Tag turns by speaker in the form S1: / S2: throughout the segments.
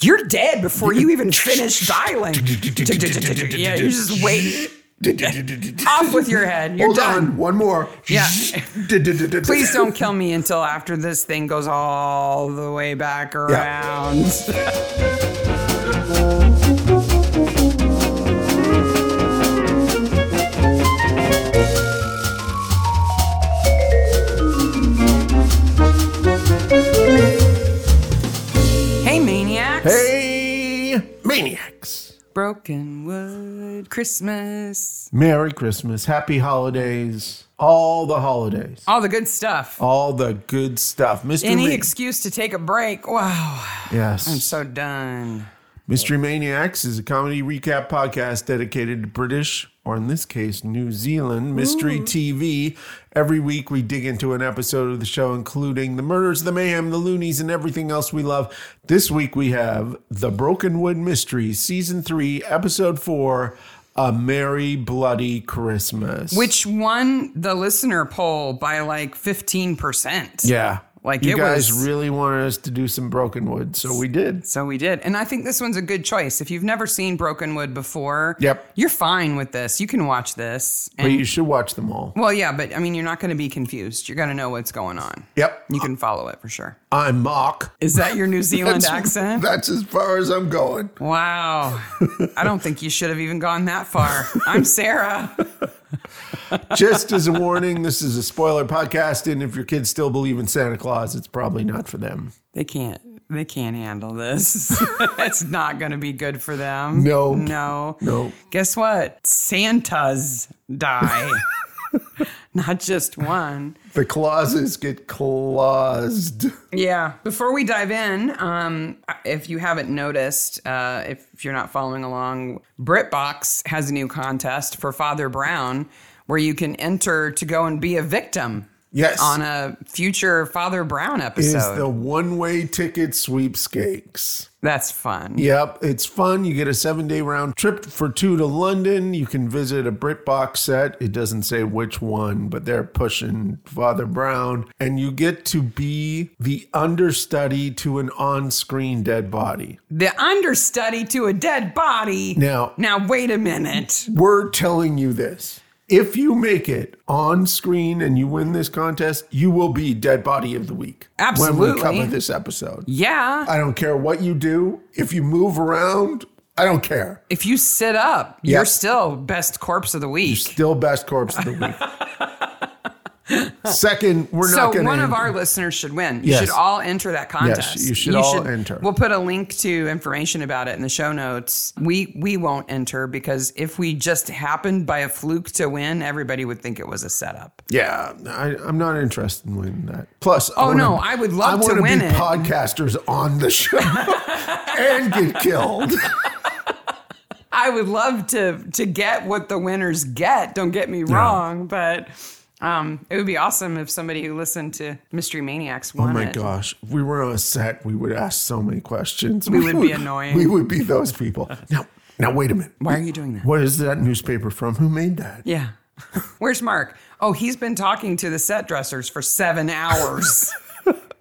S1: You're dead before you even finish dialing. yeah, you just wait. Off with your head. You're
S2: Hold
S1: done.
S2: on, one more.
S1: Yeah.
S2: Please
S1: Please don't kill me until after this thing goes all the way back around. hey, maniacs.
S2: Hey, maniacs!
S1: Broken Wood Christmas.
S2: Merry Christmas, Happy Holidays, all the holidays,
S1: All the good stuff.
S2: all the good stuff. Mystery,
S1: Any
S2: Ma-
S1: excuse to take a break. Wow.
S2: yes,
S1: I'm so done.
S2: Mystery Maniacs is a comedy recap podcast dedicated to British, or in this case, New Zealand mystery TV. Every week, we dig into an episode of the show, including the murders, the mayhem, the loonies, and everything else we love. This week, we have The Broken Wood Mystery, Season 3, Episode 4 A Merry Bloody Christmas.
S1: Which won the listener poll by like 15%.
S2: yeah.
S1: Like,
S2: you
S1: it
S2: guys
S1: was-
S2: really wanted us to do some broken wood, so we did.
S1: So we did. And I think this one's a good choice. If you've never seen Broken Wood before,
S2: Yep.
S1: you're fine with this. You can watch this.
S2: But
S1: And
S2: you should watch them all.
S1: well, yeah, but I mean, you're not going to be confused. You're going to know what's going on.
S2: Yep.
S1: You can follow it for sure.
S2: I'm Mock.
S1: Is that your New Zealand
S2: That's-
S1: accent?
S2: That's as far as I'm going.
S1: Wow. I don't think you should have even gone that far. I'm Sarah.
S2: Just as a warning, this is a spoiler podcast, and if your kids still believe in Santa Claus, it's probably not for them.
S1: They can't. They can't handle this. it's not going to be good for them.
S2: No.
S1: No.
S2: No.
S1: Guess what? Santas die. Not just one.
S2: The clauses get claused.
S1: Yeah. Before we dive in, um, if you haven't noticed, uh, if you're not following along, BritBox has a new contest for Father Brown where you can enter to go and be a victim
S2: Yes.
S1: on a future Father Brown
S2: is
S1: episode.
S2: the one way ticket sweepstakes.
S1: That's fun.
S2: Yep, it's fun. You get a seven day round trip for two to London. You can visit a BritBox set. It doesn't say which one, but they're pushing Father Brown. And you get to be the understudy to an on screen dead body.
S1: The understudy to a dead body.
S2: Now,
S1: Now, wait a minute.
S2: we're telling you this. If you make it on screen and you win this contest, you will be dead body of the week. When
S1: Absolutely.
S2: we cover this episode.
S1: Yeah.
S2: I don't care what you do. If you move around, I don't care.
S1: if you sit up,
S2: Yeah.
S1: you're still best corpse of the week.
S2: Still best corpse of the week. Second, we're
S1: So
S2: not going to.
S1: one of our listeners should win.
S2: Yes.
S1: You should all enter that contest.
S2: you should all enter.
S1: We'll put a link to information about it in the show notes. We we won't enter because if we just happened by a fluke to win, everybody would think it was a setup.
S2: Yeah, I, I'm not interested in winning that. Plus, I
S1: Oh,
S2: wanna-
S1: no, I would love
S2: I
S1: to
S2: wanna
S1: win
S2: be
S1: it.
S2: Podcasters on the show and get killed.
S1: I would love to to get what the winners get. Don't get me wrong, but um, it would be awesome if somebody who listened to Mystery Maniacs won
S2: Oh my
S1: it.
S2: gosh. If we were on a set, we would ask so many questions. We
S1: would be annoying.
S2: We would be those people. Now, now wait a minute.
S1: Why are you doing that?
S2: What is that newspaper from? Who made that?
S1: Yeah. Where's Mark? Oh, he's been talking to the set dressers for seven hours.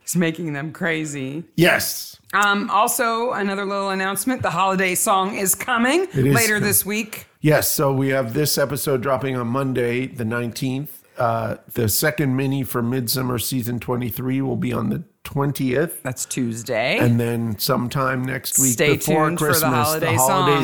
S1: he's making them crazy.
S2: Yes.
S1: Um, also, another little announcement the holiday song is coming
S2: is
S1: later
S2: coming.
S1: this week.
S2: Yes. So we have this episode dropping on Monday, the 19th. Uh, the second mini for Midsummer Season 23 will be on the 20th.
S1: That's Tuesday.
S2: And then sometime next week
S1: Stay
S2: before
S1: tuned for the
S2: Christmas,
S1: holiday song.
S2: holiday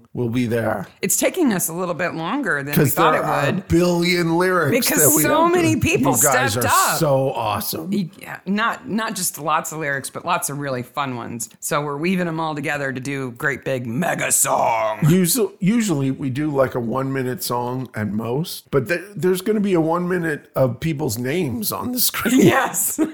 S2: song will be there.
S1: it's taking us a little bit longer than we
S2: Because
S1: thought
S2: there
S1: it
S2: are
S1: would.
S2: a billion lyrics.
S1: Because
S2: that we
S1: so
S2: have to-
S1: many people
S2: you guys
S1: stepped
S2: are
S1: up.
S2: So awesome.
S1: Yeah, not not just lots of lyrics, but lots of really fun ones. So we're weaving them all together to do a great big mega song.
S2: Usually, usually we do like a one minute song at most, but th- there's going to be a one minute of people's names on the screen.
S1: Yes.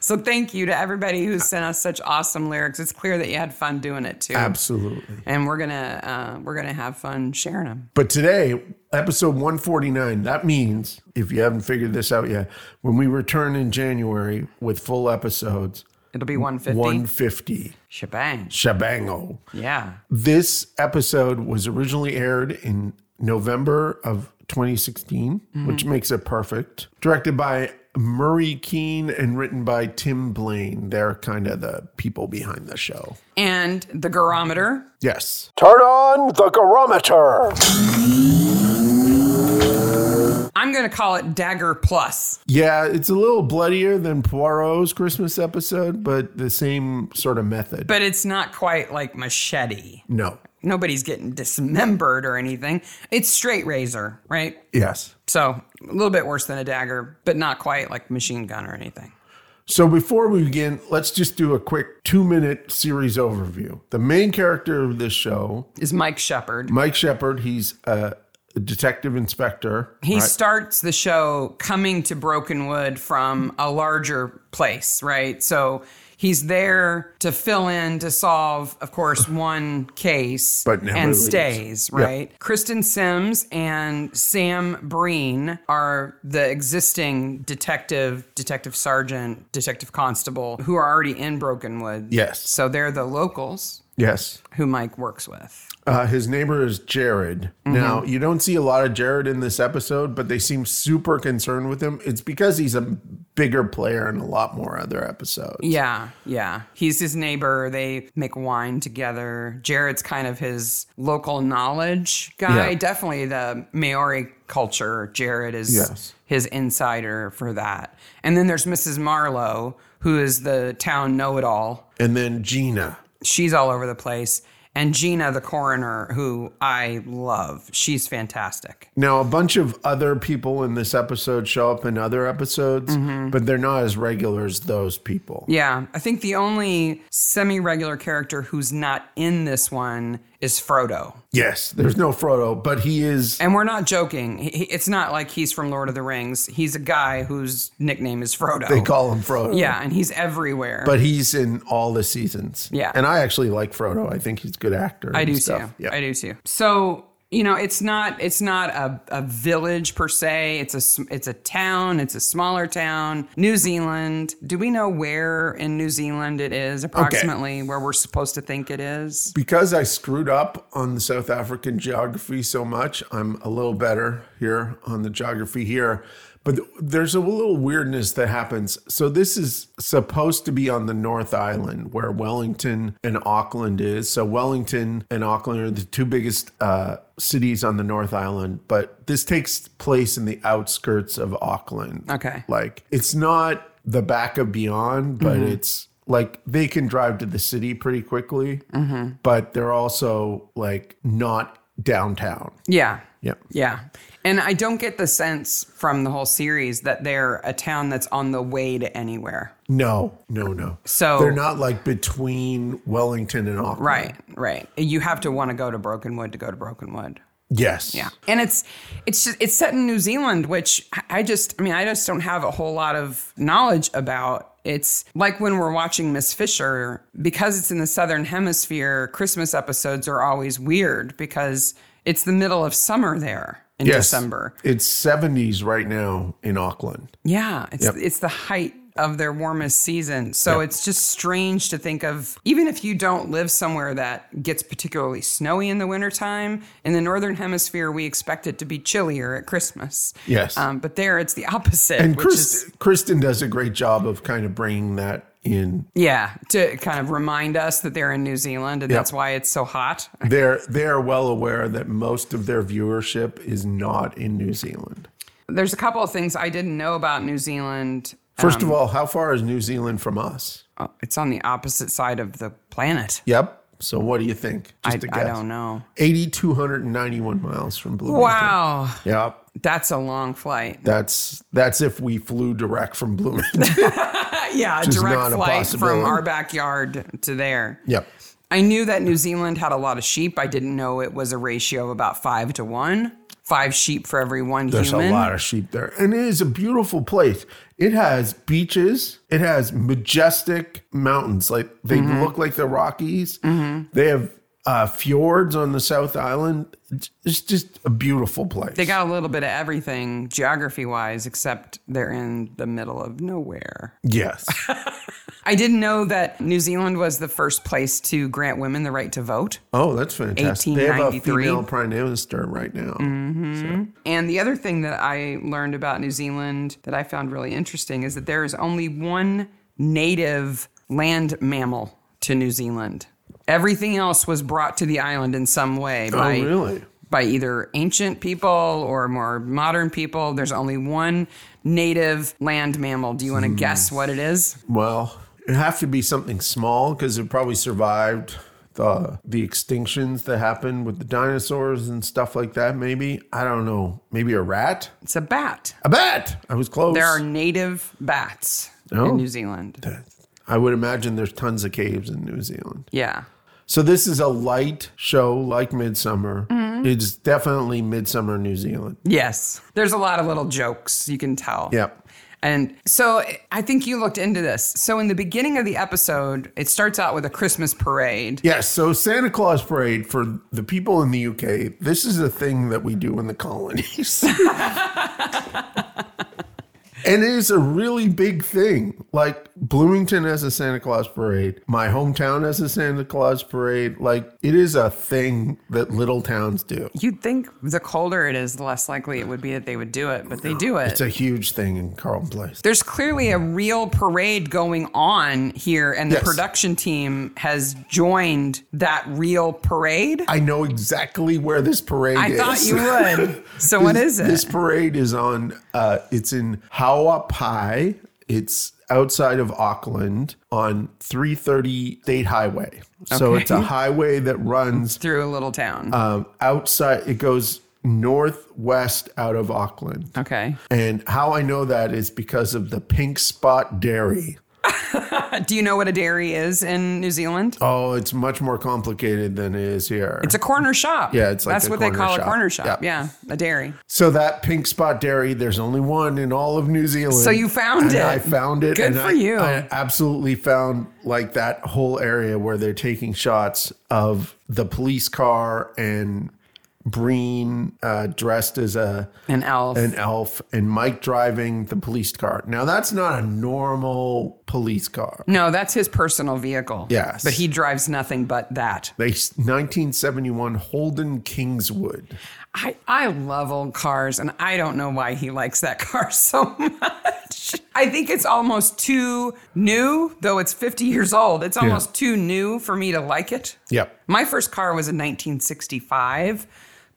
S1: so thank you to everybody who sent us such awesome lyrics. It's clear that you had fun doing it too.
S2: Absolutely.
S1: And we're gonna uh, we're gonna have fun sharing them.
S2: But today, episode 149, that means, if you haven't figured this out yet, when we return in January with full episodes,
S1: It'll be 150.
S2: 150,
S1: Shebang.
S2: shabango.
S1: Yeah.
S2: This episode was originally aired in November of 2016, which makes it perfect. Directed by Murray Keene and written by Tim Blaine. They're kind of the people behind the show.
S1: And the garometer.
S2: Yes.
S3: Turn on the garometer.
S1: I'm going to call it Dagger Plus.
S2: Yeah, it's a little bloodier than Poirot's Christmas episode, but the same sort of method.
S1: But it's not quite like machete.
S2: no.
S1: Nobody's getting dismembered or anything. It's straight razor, right?
S2: Yes.
S1: So a little bit worse than a dagger, but not quite like machine gun or anything.
S2: So before we begin, let's just do a quick two minute series overview. The main character of this show,
S1: Is Mike Shepard.
S2: Mike Shepard, he's a detective inspector.
S1: He
S2: right?
S1: starts the show coming to Brokenwood from a larger place, right? So he's there to fill in to solve, of course, one case
S2: But never
S1: and
S2: leaves.
S1: stays,
S2: Yeah.
S1: right? Kristen Sims and Sam Breen are the existing detective, detective sergeant, detective constable who are already in Brokenwood.
S2: Yes.
S1: So they're the locals
S2: yes.
S1: who Mike works with.
S2: Uh, his neighbor is Jared.
S1: Mm-hmm.
S2: Now, you don't see a lot of Jared in this episode, but they seem super concerned with him. It's because he's a bigger player in a lot more other episodes.
S1: Yeah, yeah. He's his neighbor. They make wine together. Jared's kind of his local knowledge guy.
S2: Yeah.
S1: Definitely the Maori culture. Jared is
S2: Yes.
S1: his insider for that. And then there's Mrs. Marlowe, who is the town know it all.
S2: And then Gina.
S1: She's all over the place. And Gina, the coroner, who I love. She's fantastic.
S2: Now, a bunch of other people in this episode show up in other episodes,
S1: Mm-hmm.
S2: but they're not as regular as those people.
S1: Yeah. I think the only semi regular character who's not in this one is Frodo.
S2: Yes, there's no Frodo, but he is.
S1: And we're not joking. He- he- It's not like he's from Lord of the Rings. He's a guy whose nickname is Frodo.
S2: They call him Frodo.
S1: yeah, and he's everywhere.
S2: But he's in all the seasons.
S1: Yeah.
S2: And I actually like Frodo. I think he's a good actor.
S1: I
S2: and
S1: do
S2: stuff.
S1: too.
S2: Yeah.
S1: I do too. So you know, it's not it's not a, a village per se. It's a s- it's a town. It's a smaller town. New Zealand. Do we know where in New Zealand it is approximately? Where we're supposed to think it is?
S2: because I screwed up on the South African geography so much, I'm a little better here on the geography here. But th- there's a little weirdness that happens. So this is supposed to be on the North Island where Wellington and Auckland is. So Wellington and Auckland are the two biggest uh, cities on the North Island, but this takes place in the outskirts of Auckland.
S1: Okay.
S2: Like it's not the back of beyond, but
S1: Mm-hmm.
S2: it's like they can drive to the city pretty quickly,
S1: Mm-hmm.
S2: but they're also like not downtown.
S1: Yeah.
S2: Yeah.
S1: Yeah. And I don't get the sense from the whole series that they're a town that's on the way to anywhere.
S2: No, no, no.
S1: So-
S2: they're not like between Wellington and Auckland.
S1: Right, right. You have to want to go to Brokenwood to go to Brokenwood.
S2: Yes.
S1: Yeah. And it's it's just, it's set in New Zealand, which I- I just I mean, I just don't have a whole lot of knowledge about. It's like when we're watching Miss Fisher because it's in the southern hemisphere, Christmas episodes are always weird because it's the middle of summer there in
S2: Yes.
S1: December.
S2: It's 70s right now in Auckland.
S1: Yeah, it's it's the height of their warmest season. So it's just strange to think of even if you don't live somewhere that gets particularly snowy in the wintertime, in the northern hemisphere we expect it to be chillier at Christmas.
S2: Yes.
S1: Um, but there it's the opposite,
S2: and
S1: which
S2: Chris,
S1: is
S2: Kristen does a great job of kind of bringing that in.
S1: yeah, to kind of remind us that they're in New Zealand and
S2: Yep.
S1: that's why it's so hot.
S2: They're they're well aware that most of their viewership is not in New Zealand.
S1: There's a couple of things I didn't know about New Zealand.
S2: First
S1: Um,
S2: of all, how far is New Zealand from us?
S1: Uh, It's on the opposite side of the planet.
S2: Yep. So what do you think?
S1: I, I don't know.
S2: 8,291 miles from Bloomington.
S1: Wow,
S2: Yep.
S1: that's a long flight.
S2: That's that's if we flew direct from Bloomington.
S1: Yeah, a
S2: is
S1: direct
S2: not a
S1: flight from
S2: possibility.
S1: our backyard to there.
S2: yep.
S1: I knew that New Zealand had a lot of sheep. I didn't know it was a ratio of about five to one. Five sheep for every one
S2: There's
S1: human.
S2: a lot of sheep there. And it is a beautiful place. It has beaches. It
S1: Mm-hmm.
S2: has majestic mountains. Like they look like the Rockies. They have uh, fjords on the South Island. It's- It's just a beautiful place.
S1: They got a little bit of everything geography wise, except they're in the middle of nowhere.
S2: yes.
S1: I didn't know that New Zealand was the first place to grant women the right to vote.
S2: Oh, that's fantastic. They have a
S1: 1893.
S2: female prime minister right now.
S1: And the other thing that I learned about New Zealand that I found really interesting is that there is only one native land mammal to New Zealand. Everything else was brought to the island in some way by
S2: Oh, really?
S1: by either ancient people or more modern people. There's only one native land mammal. Do you want to
S2: Hmm.
S1: guess what it is?
S2: Well, it'd have to be something small because it probably survived the the extinctions that happened with the dinosaurs and stuff like that. Maybe I don't know. Maybe a rat.
S1: It's a bat.
S2: A bat. I was close.
S1: There are native bats
S2: Oh.
S1: in New Zealand.
S2: I would imagine there's tons of caves in New Zealand.
S1: Yeah.
S2: So this is a light show like Midsummer. It's definitely Midsummer New Zealand.
S1: Yes. There's a lot of little jokes you can tell.
S2: Yep.
S1: And so I think you looked into this. So in the beginning of the episode, it starts out with a Christmas parade.
S2: Yes, so Santa Claus parade for the people in the UK. This is a thing that we do in the colonies. and it is a really big thing. Like Bloomington has a Santa Claus parade, my hometown has a Santa Claus parade. Like it is a thing that little towns do.
S1: You'd think the colder it is, the less likely it would be that they would do it, but they do it.
S2: It's a huge thing in Carlton Place.
S1: There's clearly a real parade going on here, and the
S2: Yes.
S1: production team has joined that real parade.
S2: I know exactly where this parade
S1: I
S2: is.
S1: thought you would. So what
S2: This-
S1: is it?
S2: This parade is on. Uh, it's in Hawapai. It's outside of Auckland on 330 State Highway. So
S1: Okay.
S2: it's a highway that runs
S1: Through a little town.
S2: um, outside. It goes northwest out of Auckland.
S1: okay.
S2: And how I know that is because of the Pink Spot Dairy.
S1: Uh, Do you know what a dairy is in New Zealand?
S2: Oh, it's much more complicated than it is here.
S1: It's a corner shop.
S2: Yeah, it's like
S1: that's
S2: a
S1: what they
S2: corner
S1: call a
S2: shop.
S1: corner shop.
S2: Yeah.
S1: Yeah, a dairy.
S2: So that pink spot dairy, there's only one in all of New Zealand.
S1: So you found
S2: And
S1: it.
S2: I found it.
S1: Good
S2: and
S1: for
S2: I-
S1: you.
S2: I absolutely found like that whole area where they're taking shots of the police car and Breen uh, dressed as a
S1: An elf.
S2: an elf and Mike driving the police car. Now that's not a normal police car.
S1: no, that's his personal vehicle.
S2: Yes.
S1: But he drives nothing but that.
S2: They 1971 Holden Kingswood.
S1: I, I love old cars, and I don't know why he likes that car so much. I think it's almost too new, though it's 50 years old. It's almost too new for me to like it.
S2: Yep.
S1: My first car was a 1965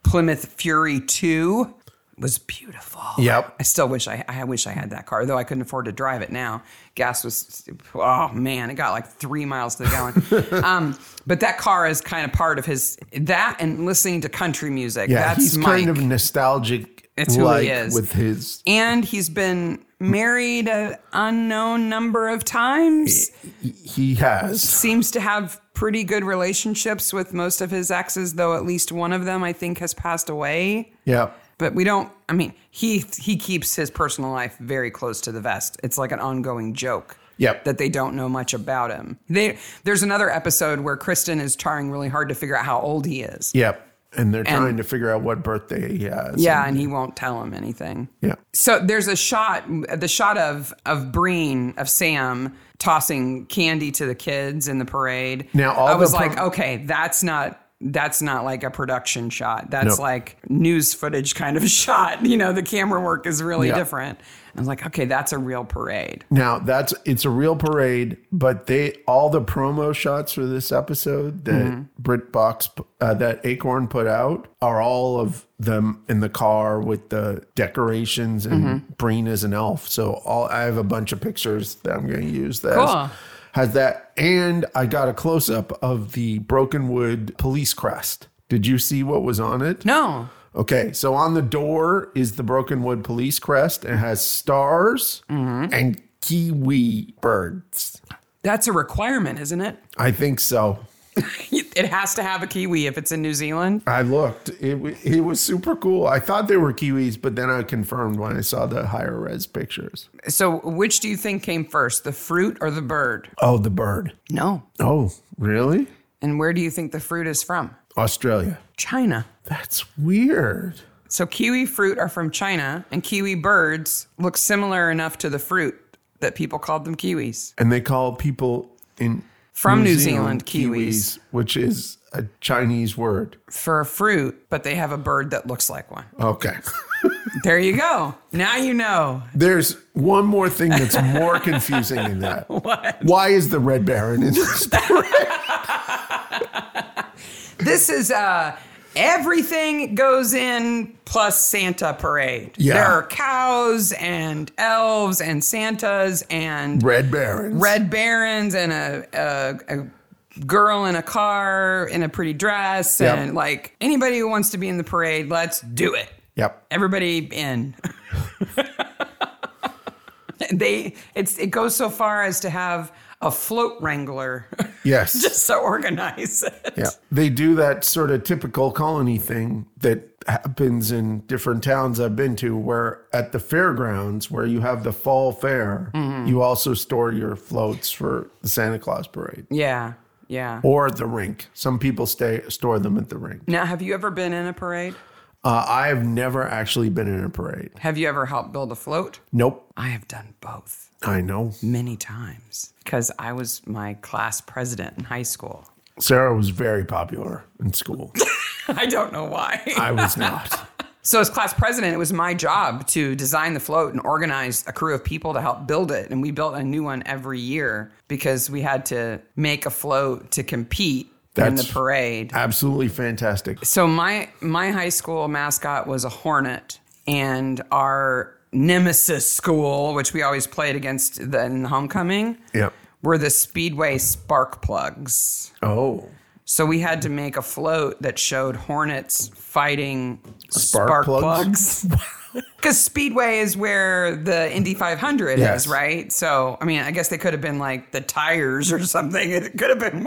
S1: Plymouth Fury 2. It was beautiful.
S2: Yep.
S1: I still wish I, I wish I had that car, though I couldn't afford to drive it now. Gas was, oh man, it got like three miles to the gallon. um, but that car is kind of part of his that and listening to country music.
S2: Yeah,
S1: That's
S2: he's
S1: Mike.
S2: kind of nostalgic
S1: It's who he
S2: like
S1: is.
S2: with his
S1: and he's been married an unknown number of times.
S2: he has.
S1: Seems to have pretty good relationships with most of his exes, though at least one of them I think has passed away.
S2: Yeah.
S1: But we don't. I mean, he he keeps his personal life very close to the vest. It's like an ongoing joke.
S2: Yep.
S1: That they don't know much about him. They there's another episode where Kristen is trying really hard to figure out how old he is.
S2: Yep. And they're trying to figure out what birthday he has.
S1: Yeah, and he won't tell him anything.
S2: Yeah.
S1: So there's a shot, the shot of of Breen of Sam tossing candy to the kids in the parade.
S2: Now, all
S1: I
S2: the
S1: was
S2: pro-
S1: like, okay, that's not that's not like a production shot. That's
S2: No.
S1: like news footage kind of shot. You know, the camera work is really
S2: Yeah.
S1: different. I was like, okay, that's a real parade.
S2: Now that's it's a real parade, but they all the promo shots for this episode that
S1: Mm-hmm.
S2: Brit Box uh, that Acorn put out are all of them in the car with the decorations and
S1: Mm-hmm.
S2: Breen is an elf. So all I have a bunch of pictures that I'm going to use. That has-
S1: Cool.
S2: has that, and I got a close up of the Brokenwood police crest. Did you see what was on it?
S1: No.
S2: Okay, so on the door is the Brokenwood police crest. It has stars
S1: Mm-hmm.
S2: and kiwi birds.
S1: That's a requirement, isn't it?
S2: I think so.
S1: It has to have a kiwi if it's in New Zealand.
S2: I looked. It wa- it was super cool. I thought they were kiwis, but then I confirmed when I saw the higher res pictures.
S1: So, which do you think came first, the fruit or the bird?
S2: Oh, the bird.
S1: No.
S2: Oh, really?
S1: And where do you think the fruit is from?
S2: Australia.
S1: China.
S2: That's weird.
S1: So kiwi fruit are from China, and kiwi birds look similar enough to the fruit that people called them kiwis.
S2: And they call people in
S1: From New Zealand, kiwis.
S2: which is a Chinese word.
S1: for a fruit, but they have a bird that looks like one.
S2: Okay.
S1: There you go. Now you know.
S2: There's one more thing that's more confusing than that. What? Why is the Red Baron in this?
S1: This is uh everything goes in plus Santa parade.
S2: Yeah.
S1: There are cows and elves and Santas and
S2: Red Baron.
S1: red barons and a, a, a girl in a car in a pretty dress
S2: Yep.
S1: and like anybody who wants to be in the parade, let's do it.
S2: Yep.
S1: Everybody in. they it's it goes so far as to have a float wrangler
S2: Yes.
S1: just to organize it.
S2: Yeah. They do that sort of typical colony thing that happens in different towns I've been to where at the fairgrounds where you have the fall fair,
S1: Mm-hmm.
S2: you also store your floats for the Santa Claus parade
S1: Yeah. Yeah.
S2: or at the rink. Some people stay store them at the rink.
S1: Now, have you ever been in a parade?
S2: Uh, I have never actually been in a parade.
S1: Have you ever helped build a float?
S2: Nope.
S1: I have done both.
S2: I know.
S1: many times because I was my class president in high school.
S2: Sarah was very popular in school.
S1: I don't know why.
S2: I was not.
S1: So, as class president, it was my job to design the float and organize a crew of people to help build it. And we built a new one every year because we had to make a float to compete in the
S2: That's-
S1: parade.
S2: Absolutely fantastic.
S1: So my my high school mascot was a hornet, and our nemesis school, which we always played against the, in the homecoming,
S2: Yep.
S1: were the Speedway spark plugs.
S2: Oh.
S1: So we had to make a float that showed hornets fighting spark,
S2: plugs?
S1: plugs. Because Speedway is where the Indy 500
S2: Yes.
S1: is, right? So, I mean, I guess they could have been like the tires or something. It could have been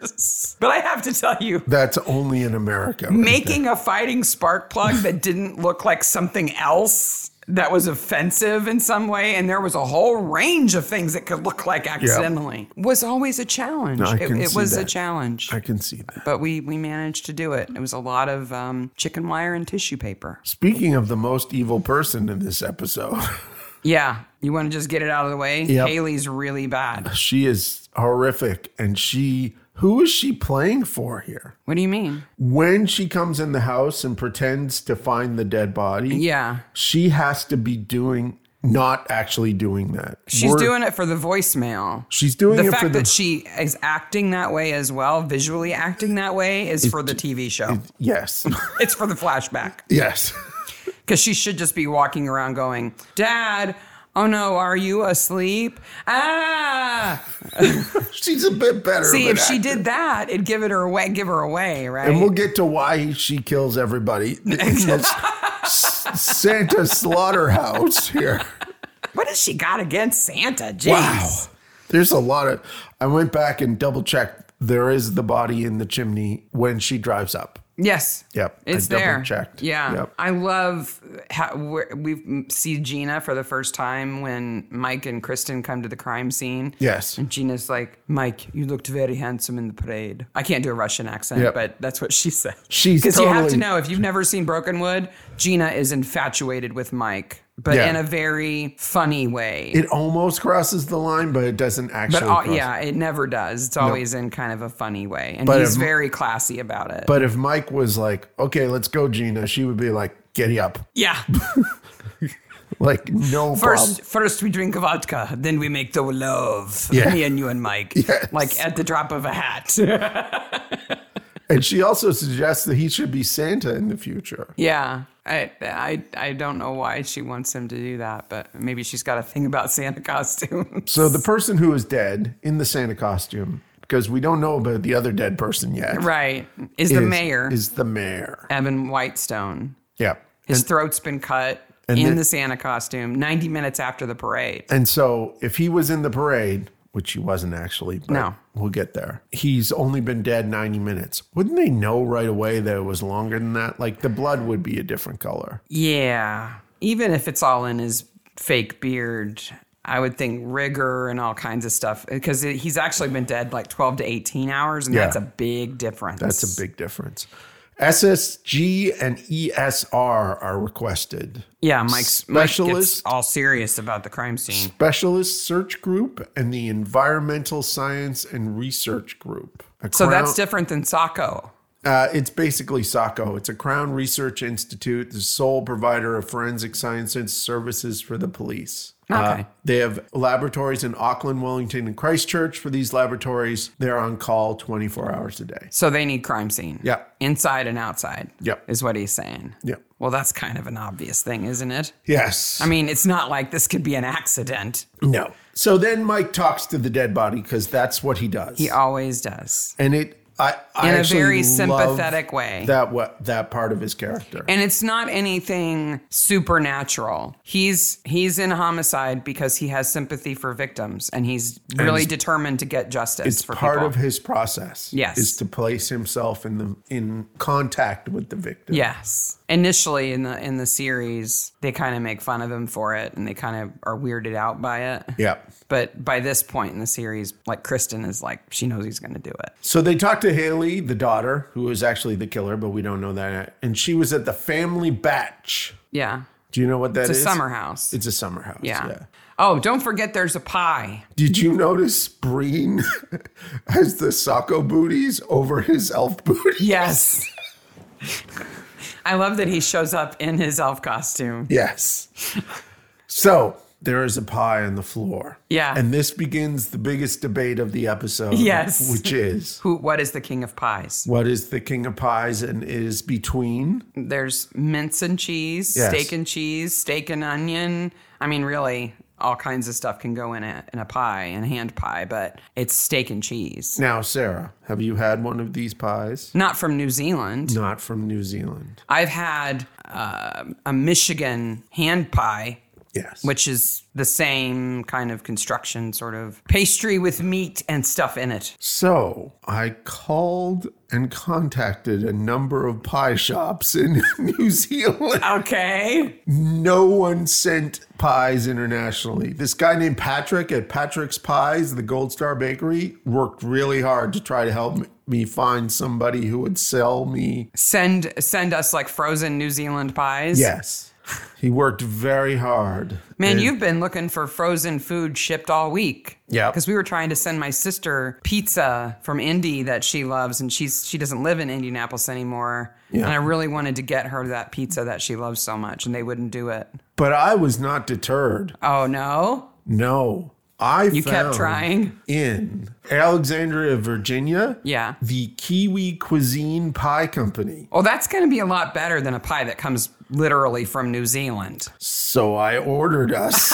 S1: worse. But I have to tell you,
S2: That's only in America.
S1: making a fighting spark plug that didn't look like something else that was offensive in some way, and there was a whole range of things that could look like accidentally, was always a challenge.
S2: I
S1: it
S2: can
S1: it
S2: see
S1: was a
S2: that.
S1: challenge
S2: I can see that.
S1: but we we managed to do it. It was a lot of um, chicken wire and tissue paper.
S2: Speaking of the most evil person in this episode,
S1: Yeah, you want to just get it out of the way.
S2: Yep.
S1: Haley's really bad.
S2: she is horrific. And she, who is she playing for here?
S1: What do you mean?
S2: When she comes in the house and pretends to find the dead body,
S1: Yeah,
S2: she has to be doing, not actually doing that.
S1: she's
S2: We're-
S1: doing it for the voicemail.
S2: she's doing
S1: the
S2: it for
S1: fact
S2: the,
S1: that she is acting that way as well, visually acting that way, is for the TV show.
S2: yes,
S1: It's for the flashback
S2: yes.
S1: because she should just be walking around going, "Dad, oh no, are you asleep?" Ah,
S2: she's a bit better.
S1: see
S2: of
S1: if
S2: an
S1: she
S2: actor.
S1: did that, it'd give it her away, give her away, right?
S2: And we'll get to why she kills everybody. in this S- Santa slaughterhouse here.
S1: What has she got against Santa? Jeez.
S2: Wow. There's a lot of. I went back and double checked. There is the body in the chimney when she drives up.
S1: Yes.
S2: Yep, I
S1: It's there.
S2: double-checked.
S1: Yeah.
S2: Yep.
S1: I love how we're- we see Gina for the first time when Mike and Kristen come to the crime scene.
S2: Yes.
S1: And Gina's like, Mike, you looked very handsome in the parade. I can't do a Russian accent,
S2: Yep.
S1: but that's what she said.
S2: She's
S1: because you have to
S2: totally-
S1: know if you've never seen Brokenwood, Gina is infatuated with Mike, but
S2: Yeah.
S1: in a very funny way.
S2: It almost crosses the line, but it doesn't actually.
S1: but all,
S2: cross.
S1: yeah, it never does. It's always in kind of a funny way, and
S2: But
S1: he's
S2: if-
S1: very classy about it.
S2: But if Mike was like, "Okay, let's go, Gina," she would be like, "Giddy up!"
S1: yeah.
S2: Like no
S1: First,
S2: problem.
S1: first we drink vodka, then we make the love.
S2: Yeah.
S1: Me and you and Mike, like at the drop of a hat.
S2: And she also suggests that he should be Santa in the future.
S1: yeah, I, I, I don't know why she wants him to do that, but maybe she's got a thing about Santa costumes.
S2: So the person who is dead in the Santa costume, because we don't know about the other dead person yet,
S1: right? Is, the
S2: is-
S1: mayor
S2: is the mayor.
S1: Evan Whitestone?
S2: Yeah.
S1: His throat's been cut
S2: and
S1: in
S2: the-
S1: the Santa costume. Ninety minutes after the parade.
S2: And so if he was in the parade, which he wasn't actually, but
S1: No.
S2: we'll get there. He's only been dead 90 minutes. Wouldn't they know right away that it was longer than that? Like the blood would be a different color.
S1: Yeah. Even if it's all in his fake beard, I would think rigor and all kinds of stuff because he's actually been dead like 12 to 18 hours, and
S2: Yeah.
S1: that's a big difference.
S2: That's a big difference. SSG and ESR are requested.
S1: yeah. Mike's Mike gets
S2: Specialist?
S1: all serious about the crime scene.
S2: Specialist Search Group and the Environmental Science and Research Group. A
S1: So that's
S2: crown-
S1: different than Sacco.
S2: Uh, it's basically SACO. It's a Crown Research Institute, the sole provider of forensic sciences services for the police. Uh,
S1: Okay.
S2: they have laboratories in Auckland, Wellington, and Christchurch. For these laboratories, they're on call 24 hours a day.
S1: So they need crime scene.
S2: Yeah.
S1: Inside and outside.
S2: Yep.
S1: Is what he's saying.
S2: Yep.
S1: Well, that's kind of an obvious thing, isn't it?
S2: Yes.
S1: I mean, it's not like this could be an accident.
S2: no. So then Mike talks to the dead body because that's what he does.
S1: He always does.
S2: and it, I, I
S1: In a
S2: actually
S1: very
S2: love
S1: sympathetic way.
S2: That what that part of his character.
S1: and it's not anything supernatural. He's he's in homicide because he has sympathy for victims and he's really determined to get justice
S2: it's
S1: for
S2: part
S1: people.
S2: of his process.
S1: Yes.
S2: is to place himself in the in contact with the victim.
S1: Yes. Initially in the in the series, they kind of make fun of him for it and they kind of are weirded out by it.
S2: Yeah.
S1: But by this point in the series, like Kristen is like she knows he's going to do it.
S2: So they talked to Haley, the daughter, who is actually the killer, but we don't know that. yet. And she was at the family batch.
S1: Yeah.
S2: Do you know what that is?
S1: It's a summer house.
S2: It's a summer house.
S1: yeah. Oh, don't forget there's a pie.
S2: Did you notice Breen has the Socko booties over his elf booty?
S1: Yes. I love that he shows up in his elf costume.
S2: Yes. So there is a pie on the floor.
S1: Yeah.
S2: And this begins the biggest debate of the episode.
S1: Yes.
S2: Which is
S1: Who what is the king of pies?
S2: what is the king of pies and is between?
S1: There's mince and cheese,
S2: Yes.
S1: steak and cheese, steak and onion. I mean, really all kinds of stuff can go in a in a pie, in a hand pie, but it's steak and cheese.
S2: Now, Sarah, have you had one of these pies?
S1: Not from New Zealand.
S2: Not from New Zealand.
S1: I've had uh, a Michigan hand pie,
S2: Yes.
S1: which is the same kind of construction, sort of pastry with meat and stuff in it.
S2: So I called and contacted a number of pie shops in New Zealand.
S1: Okay.
S2: No one sent pies internationally. This guy named Patrick at Patrick's Pies, the Gold Star Bakery, worked really hard to try to help m- me find somebody who would sell me.
S1: Send send us like frozen New Zealand pies.
S2: Yes. He worked very hard.
S1: Man, you've been looking for frozen food shipped all week.
S2: Yep.
S1: Because we were trying to send my sister pizza from Indy that she loves, and she's she doesn't live in Indianapolis anymore.
S2: Yeah.
S1: And I really wanted to get her that pizza that she loves so much, and they wouldn't do it.
S2: But I was not deterred.
S1: Oh no.
S2: No. I
S1: You kept trying?
S2: in Alexandria, Virginia.
S1: Yeah.
S2: The Kiwi Cuisine Pie Company.
S1: Well, that's going to be a lot better than a pie that comes literally from New Zealand.
S2: So I ordered us.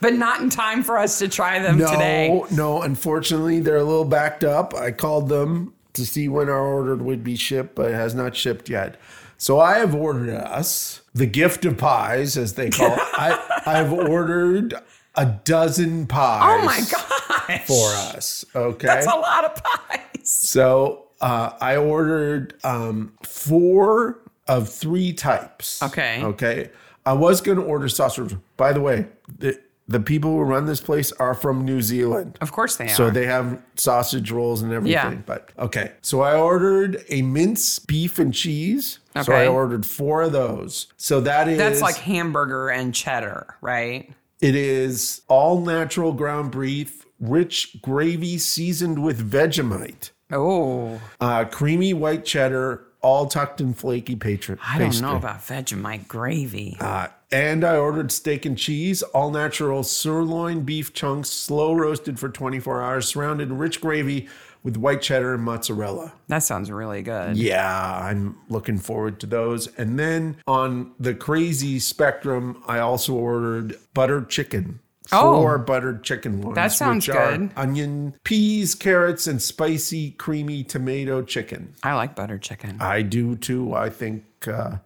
S1: But not in time for us to try them
S2: no,
S1: today.
S2: no, unfortunately, they're a little backed up. I called them to see when our order would be shipped, but it has not shipped yet. So I have ordered us the gift of pies, as they call it. I, I've ordered a dozen pies.
S1: Oh my gosh.
S2: For us, okay.
S1: That's a lot of pies.
S2: So uh, I ordered um, four of three types.
S1: Okay.
S2: Okay. I was going to order sausage. By the way, the, the people who run this place are from New Zealand.
S1: Of course they
S2: So
S1: are.
S2: they have sausage rolls and everything.
S1: Yeah.
S2: But okay. So I ordered a mince beef and cheese. So
S1: Okay.
S2: I ordered four of those. So that is
S1: That's like hamburger and cheddar, right?
S2: it is all natural ground beef, rich gravy seasoned with Vegemite.
S1: Oh,
S2: uh, creamy white cheddar, all tucked in flaky patron.
S1: I don't know about Vegemite gravy.
S2: Uh, and I ordered steak and cheese, all natural sirloin beef chunks, slow roasted for 24 hours, surrounded in rich gravy with white cheddar and mozzarella.
S1: that sounds really good.
S2: Yeah, I'm looking forward to those. And then on the crazy spectrum, I also ordered buttered chicken.
S1: Oh.
S2: Four buttered chicken ones.
S1: That sounds
S2: which are
S1: good.
S2: Onion, peas, carrots, and spicy, creamy tomato chicken.
S1: I like butter chicken.
S2: I do too. I think uh,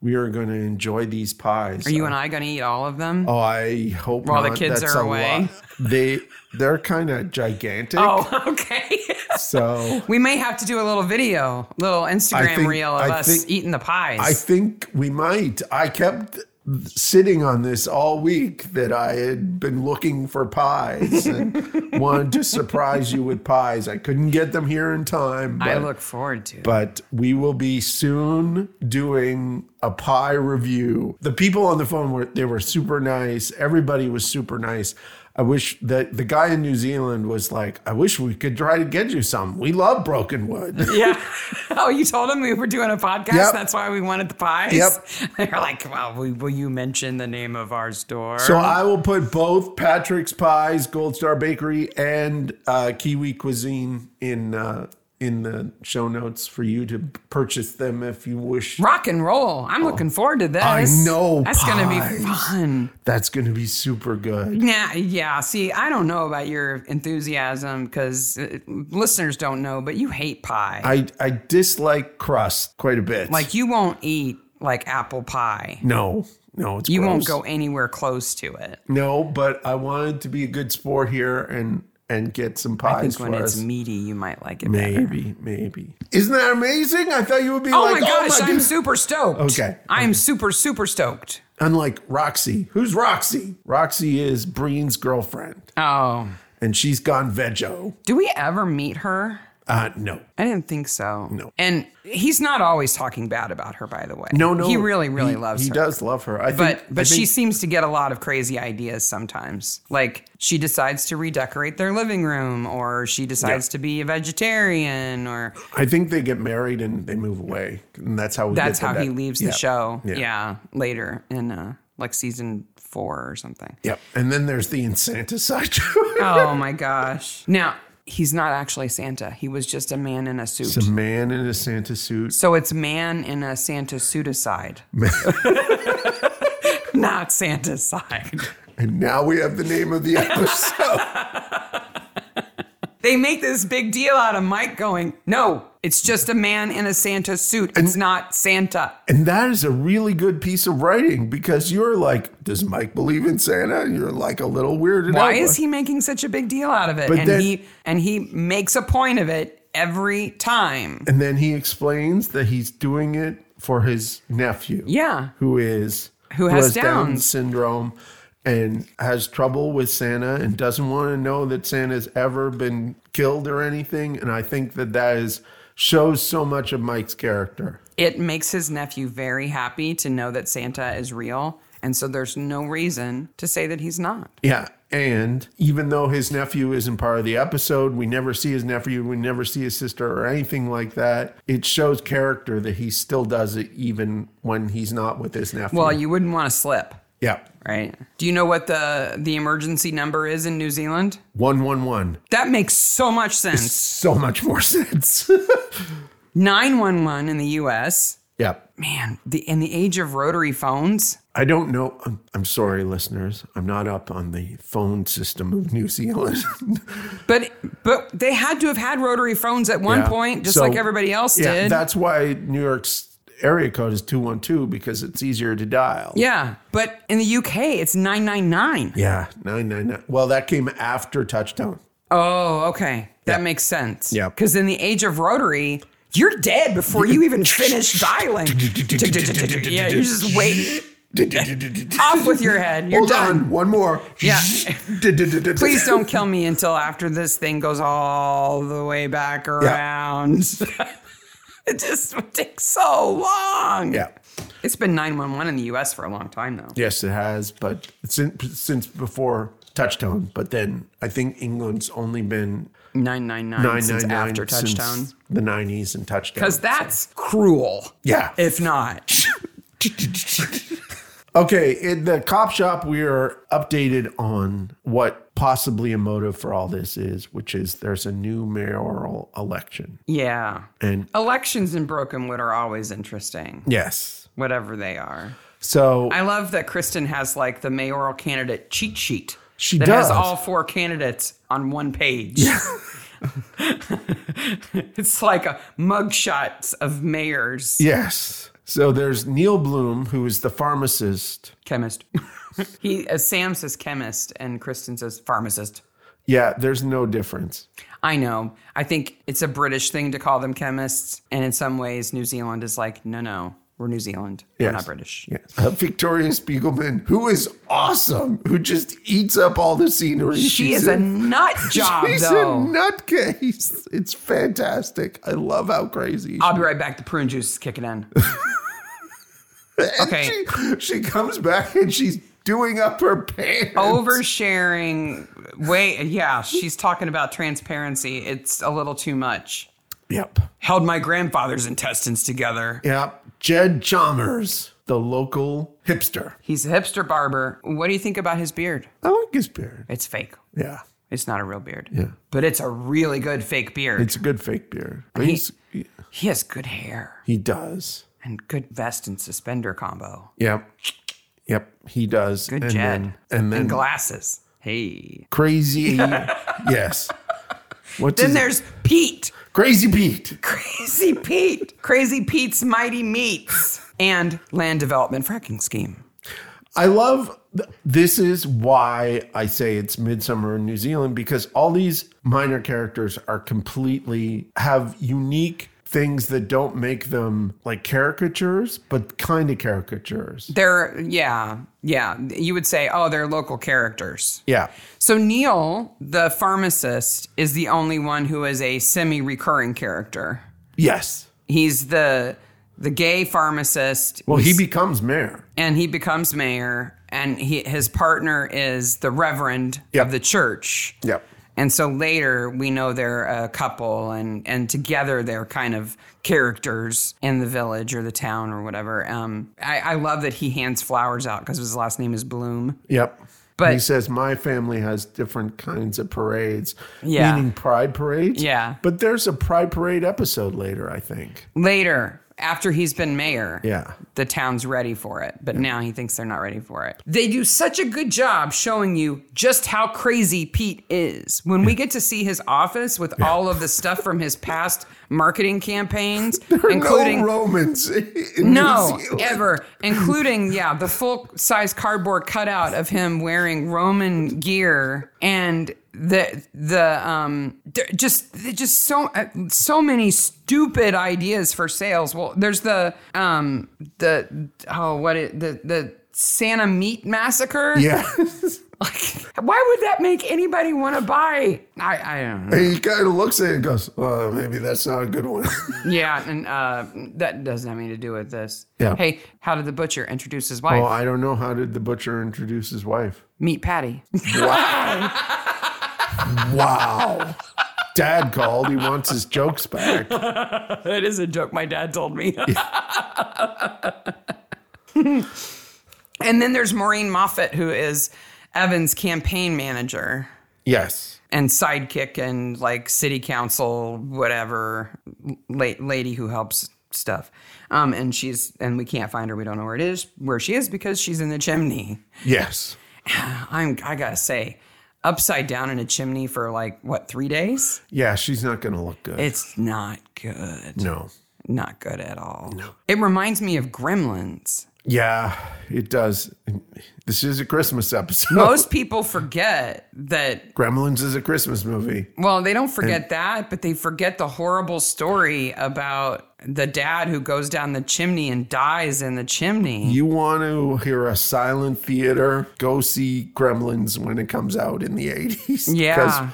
S2: we are going to enjoy these pies.
S1: are you and I going to eat all of them?
S2: Oh, I hope
S1: While the
S2: not.
S1: kids
S2: That's
S1: are
S2: a
S1: away?
S2: lot. They they're kind of gigantic.
S1: Oh, okay.
S2: So
S1: we may have to do a little video, little Instagram
S2: think-
S1: reel of
S2: I
S1: us
S2: think-
S1: eating the pies.
S2: I think we might. I kept sitting on this all week that I had been looking for pies and wanted to surprise you with pies. I couldn't get them here in time.
S1: I
S2: but-
S1: look forward to it.
S2: but we will be soon doing a pie review. The people on the phone were they were super nice. Everybody was super nice. I wish that the guy in New Zealand was like, I wish we could try to get you some. We love broken wood.
S1: Yeah. Oh, you told them we were doing a podcast.
S2: Yep.
S1: That's why we wanted the pies.
S2: Yep.
S1: They're like, well, we, will you mention the name of our store?
S2: So I will put both Patrick's Pies, Gold Star Bakery, and uh, Kiwi Cuisine in uh, in the show notes for you to purchase them if you wish.
S1: Rock and roll. I'm looking forward to this.
S2: Oh, I know
S1: That's going to
S2: pies.
S1: be fun.
S2: That's going to be super good.
S1: Nah, yeah. See, I don't know about your enthusiasm because listeners don't know, but you hate pie.
S2: I, I dislike crust quite a bit.
S1: like, you won't eat like apple pie.
S2: no, no, it's
S1: You won't
S2: gross.
S1: go anywhere close to it.
S2: No, but I wanted to be a good sport here and and get some
S1: I
S2: pies
S1: think when
S2: for
S1: it's
S2: us.
S1: meaty, you might like it better.
S2: maybe, maybe. Isn't that amazing? I thought you would be
S1: Oh
S2: like,
S1: my gosh,
S2: oh my
S1: I'm
S2: goodness.
S1: super stoked.
S2: Okay.
S1: I'm super, super stoked.
S2: Unlike Roxy, who's Roxy? Roxy is Breen's girlfriend,
S1: Oh.
S2: and she's gone veggie.
S1: Do we ever meet her?
S2: Uh, no,
S1: I didn't think so. No. And he's not always talking bad about her, by the way.
S2: no, no.
S1: He really, really
S2: He-
S1: loves
S2: He
S1: her.
S2: does love her. I think,
S1: But
S2: I
S1: but she
S2: think-
S1: seems to get a lot of crazy ideas sometimes. Like she decides to redecorate their living room, or she decides to be a vegetarian, or
S2: I think they get married and they move away, and that's how we
S1: that's
S2: get to
S1: how he
S2: that-
S1: leaves
S2: Yeah.
S1: the show.
S2: Yeah.
S1: Yeah. later in uh, like season four or something.
S2: Yep. And then there's the infanticide.
S1: Oh my gosh! Now he's not actually Santa. He was just a man in a suit.
S2: It's a man in a Santa suit.
S1: So it's man in a Santa suicide. Not Santa side.
S2: And now we have the name of the episode.
S1: They make this big deal out of Mike going, no, it's just a man in a Santa suit. It's not Santa.
S2: and that is a really good piece of writing because you're like, does Mike believe in Santa? And you're like a little weirded
S1: Why
S2: out.
S1: is he making such a big deal out of it?
S2: But
S1: and
S2: then-
S1: he and he makes a point of it every time.
S2: And then he explains that he's doing it for his nephew.
S1: Yeah.
S2: Who is
S1: Who has
S2: Down
S1: Downs.
S2: syndrome and has trouble with Santa and doesn't want to know that Santa's ever been killed or anything. And I think that that is shows so much of Mike's character.
S1: It makes his nephew very happy to know that Santa is real. And so there's no reason to say that he's not.
S2: Yeah. And even though his nephew isn't part of the episode, we never see his nephew, we never see his sister or anything like that. It shows character that he still does it even when he's not with his nephew.
S1: Well, you wouldn't want to slip.
S2: yeah.
S1: Right. Do you know what the the emergency number is in New Zealand?
S2: 111.
S1: That makes so much sense.
S2: So much more sense.
S1: 911 in the US.
S2: yeah.
S1: Man, the in the age of rotary phones,
S2: I don't know. I'm, I'm sorry, listeners. I'm not up on the phone system of New Zealand.
S1: but but they had to have had rotary phones at one
S2: Yeah.
S1: point just
S2: So-
S1: like everybody else
S2: yeah.
S1: did.
S2: That's why New York's area code is 212 because it's easier to dial.
S1: yeah, but in the UK it's 999.
S2: Yeah, nine nine nine. Well, that came after touchdown.
S1: Oh, okay. That makes sense.
S2: Yeah.
S1: Cuz in the age of rotary you're dead before you even finish dialing. yeah, you just wait off with your head. You're
S2: Hold
S1: done.
S2: on, one more.
S1: Yeah.
S2: Please
S1: Please don't kill me until after this thing goes all the way back around. it just would take so long.
S2: Yeah.
S1: It's been 911 in the US for a long time, though.
S2: Yes, it has, but since since before touchdown. But then I think England's only been
S1: 999
S2: nine
S1: since
S2: nine nine
S1: after touchdown.
S2: the nineties and touchdown.
S1: Because that's cruel.
S2: yeah.
S1: If not,
S2: okay, in the cop shop, we are updated on what possibly a motive for all this is, which is there's a new mayoral election,
S1: yeah.
S2: and
S1: Elections in Brokenwood are always interesting,
S2: yes,
S1: whatever they are.
S2: so
S1: I love that Kristen has like the mayoral candidate cheat sheet.
S2: She
S1: that
S2: does.
S1: has all four candidates on one page. it's like a mugshots of mayors.
S2: Yes. So there's Neil Bloom, who is the pharmacist.
S1: Chemist. he uh, Sam says chemist and Kristen says pharmacist.
S2: Yeah, there's no difference.
S1: I know. I think it's a British thing to call them chemists, and in some ways, New Zealand is like, no, no, We're New Zealand. We're
S2: Yes.
S1: not British.
S2: Yes. Uh, Victoria Spiegelman, who is awesome, who just eats up all the scenery.
S1: She
S2: she's
S1: is a
S2: in.
S1: nut job,
S2: She's a
S1: though.
S2: nutcase. It's fantastic. I love how crazy.
S1: I'll be right back. The prune juice is kicking in. okay.
S2: She, she comes back and she's doing up her pants.
S1: Oh. Oversharing. Wait, yeah, she's talking about transparency. It's a little too much.
S2: Yep.
S1: Held my grandfather's intestines together.
S2: Yep. Jed Chalmers, the local hipster.
S1: He's a hipster barber. What do you think about his beard?
S2: I like his beard.
S1: It's fake.
S2: Yeah.
S1: It's not a real beard.
S2: Yeah.
S1: But it's a really good fake beard.
S2: It's a good fake beard. But
S1: he,
S2: he's, he,
S1: he has good hair
S2: he does.
S1: and good vest and suspender combo.
S2: Yep. Yep. He does.
S1: Good
S2: and
S1: Jed.
S2: Then, and then
S1: and glasses. Hey.
S2: crazy. yes. What's
S1: Then
S2: his-
S1: there's Pete.
S2: Crazy Pete.
S1: Crazy Pete. Crazy Pete's Mighty Meats. And land development fracking scheme.
S2: I love th- this is why I say it's Midsummer in New Zealand because all these minor characters are completely have unique things that don't make them like caricatures, but kind of caricatures.
S1: They're, yeah, yeah. You would say, oh, they're local characters.
S2: Yeah.
S1: So Neil, the pharmacist, is the only one who is a semi-recurring character.
S2: Yes.
S1: He's the the gay pharmacist.
S2: Well, he becomes mayor.
S1: and he becomes mayor, and he, his partner is the reverend
S2: Yep.
S1: of the church.
S2: Yep.
S1: And so later we know they're a couple and and together they're kind of characters in the village or the town or whatever. Um, I, I love that he hands flowers out because his last name is Bloom.
S2: Yep.
S1: But-
S2: he says my family has different kinds of parades,
S1: Yeah.
S2: meaning pride parades.
S1: Yeah.
S2: But there's a pride parade episode later, I think.
S1: Later, after he's been mayor,
S2: Yeah.
S1: the town's ready for it. But now he thinks they're not ready for it. They do such a good job showing you just how crazy Pete is. When we get to see his office with all of the stuff from his past marketing campaigns,
S2: There are
S1: including
S2: no Romans. In
S1: No,
S2: New Zealand.
S1: ever, including yeah, the full size cardboard cutout of him wearing Roman gear and the the um there- just there just so uh, so many stupid ideas for sales. Well, there's the um the oh what it the the Santa meat massacre.
S2: Yeah.
S1: Why would that make anybody want to buy? I I don't know.
S2: He kind of looks at it and goes, "Oh, maybe that's not a good one."
S1: Yeah, and uh, that doesn't have anything to do with this.
S2: Yeah.
S1: Hey, how did the butcher introduce his wife?
S2: well, I don't know. How did the butcher introduce his wife?
S1: meat patty.
S2: Wow. Dad called. He wants his jokes back.
S1: That is a joke my dad told me. and then there's Maureen Moffat, who is Evan's campaign manager
S2: Yes.
S1: and sidekick and like city council, whatever la- lady who helps stuff. Um, and she's, and we can't find her. We don't know where it is, where she is because she's in the chimney.
S2: Yes.
S1: I'm, I gotta say, upside down in a chimney for like what, three days?
S2: Yeah, she's not going to look good.
S1: It's not good.
S2: no.
S1: Not good at all. It reminds me of Gremlins.
S2: Yeah, it does. This is a Christmas episode.
S1: Most people forget that.
S2: Gremlins is a Christmas movie.
S1: Well, they don't forget that, but they forget the horrible story about the dad who goes down the chimney and dies in the chimney.
S2: You want to hear a silent theater? Go see Gremlins when it comes out in the 80s. 'Cause
S1: Yeah.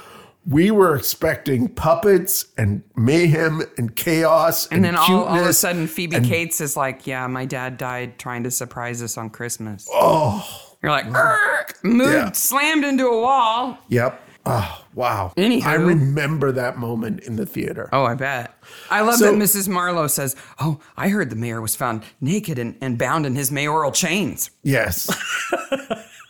S2: We were expecting puppets and mayhem and chaos and,
S1: and then all, all of a
S2: cuteness.
S1: sudden, Phoebe Cates is like, "Yeah, my dad died trying to surprise us on Christmas."
S2: Oh,
S1: You're like, "Grr," moved,
S2: Yeah.
S1: slammed into a wall.
S2: yep. Oh, wow.
S1: Anywho.
S2: I remember that moment in the theater.
S1: Oh, I bet. I love
S2: So-
S1: that Mrs. Marlowe says, "Oh, I heard the mayor was found naked and, and bound in his mayoral chains."
S2: Yes.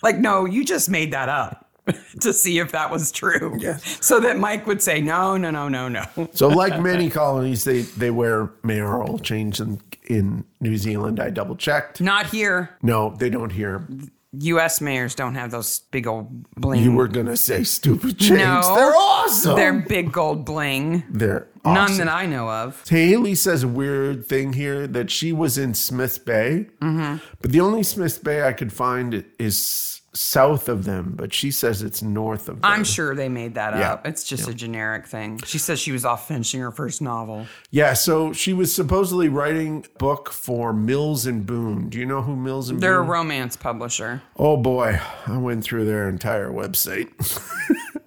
S1: Like, no, you just made that up to see if that was true.
S2: Yes.
S1: So that Mike would say, no, no, no, no, no.
S2: So, like many colonies, they, they wear mayoral change in, in New Zealand. I double checked.
S1: Not here.
S2: No, they don't hear.
S1: U.S. mayors don't have those big old bling.
S2: You were going to say stupid change.
S1: No.
S2: They're awesome.
S1: They're big gold bling.
S2: They're awesome.
S1: None that I know of.
S2: Haley says a weird thing here
S1: Mm-hmm.
S2: that she was in Smith Bay, but the only Smith Bay I could find is south of them, but she says it's north of them.
S1: I'm sure they made that
S2: Yeah.
S1: up. It's just a generic thing. She says she was off finishing her first novel.
S2: yeah, so she was supposedly writing a book for Mills and Boone. Do you know who Mills and
S1: They're a
S2: Boone?
S1: romance publisher.
S2: Oh boy, I went through their entire website.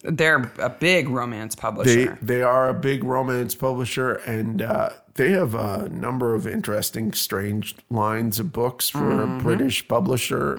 S1: They're a big romance
S2: They
S1: publisher.
S2: they are a big romance publisher, and uh, they have a number of interesting, strange lines of books for a British publisher.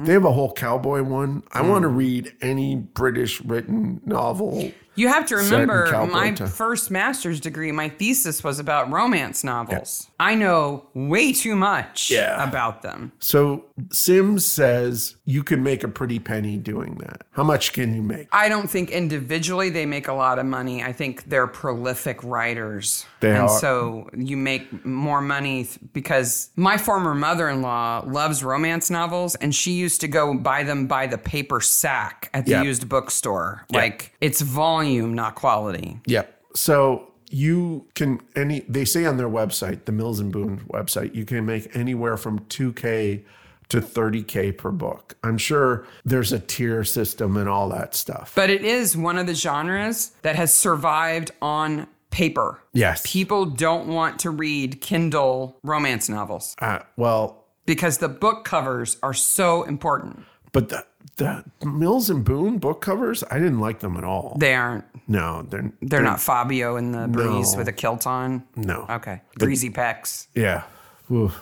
S2: They have a whole cowboy one. I want to read any British written novel.
S1: you have to
S2: in
S1: remember,
S2: cowboy
S1: my
S2: town.
S1: first master's degree, my thesis was about romance novels. I know way too much
S2: Yeah.
S1: about them.
S2: So Sims says you can make a pretty penny doing that. How much can you make?
S1: I don't think individually they make a lot of money. I think they're prolific writers.
S2: They
S1: and
S2: are.
S1: so you make more money th- because my former mother-in-law loves romance novels and she used to go buy them by the paper sack at the
S2: Yeah.
S1: used bookstore. Like it's volume, not quality.
S2: Yep. So you can any they say on their website, the Mills and Boone website, you can make anywhere from 2k to 30k per book. I'm sure there's a tier system and all that stuff.
S1: But it is one of the genres that has survived on paper.
S2: yes.
S1: People don't want to read Kindle romance novels
S2: uh, well,
S1: because the book covers are so important.
S2: but the the Mills and Boone book covers, I didn't like them at all.
S1: They aren't
S2: no, they're
S1: They're not Fabio in the breeze with a kilt on.
S2: no.
S1: Okay. Breezy pecs.
S2: Yeah. Ooh.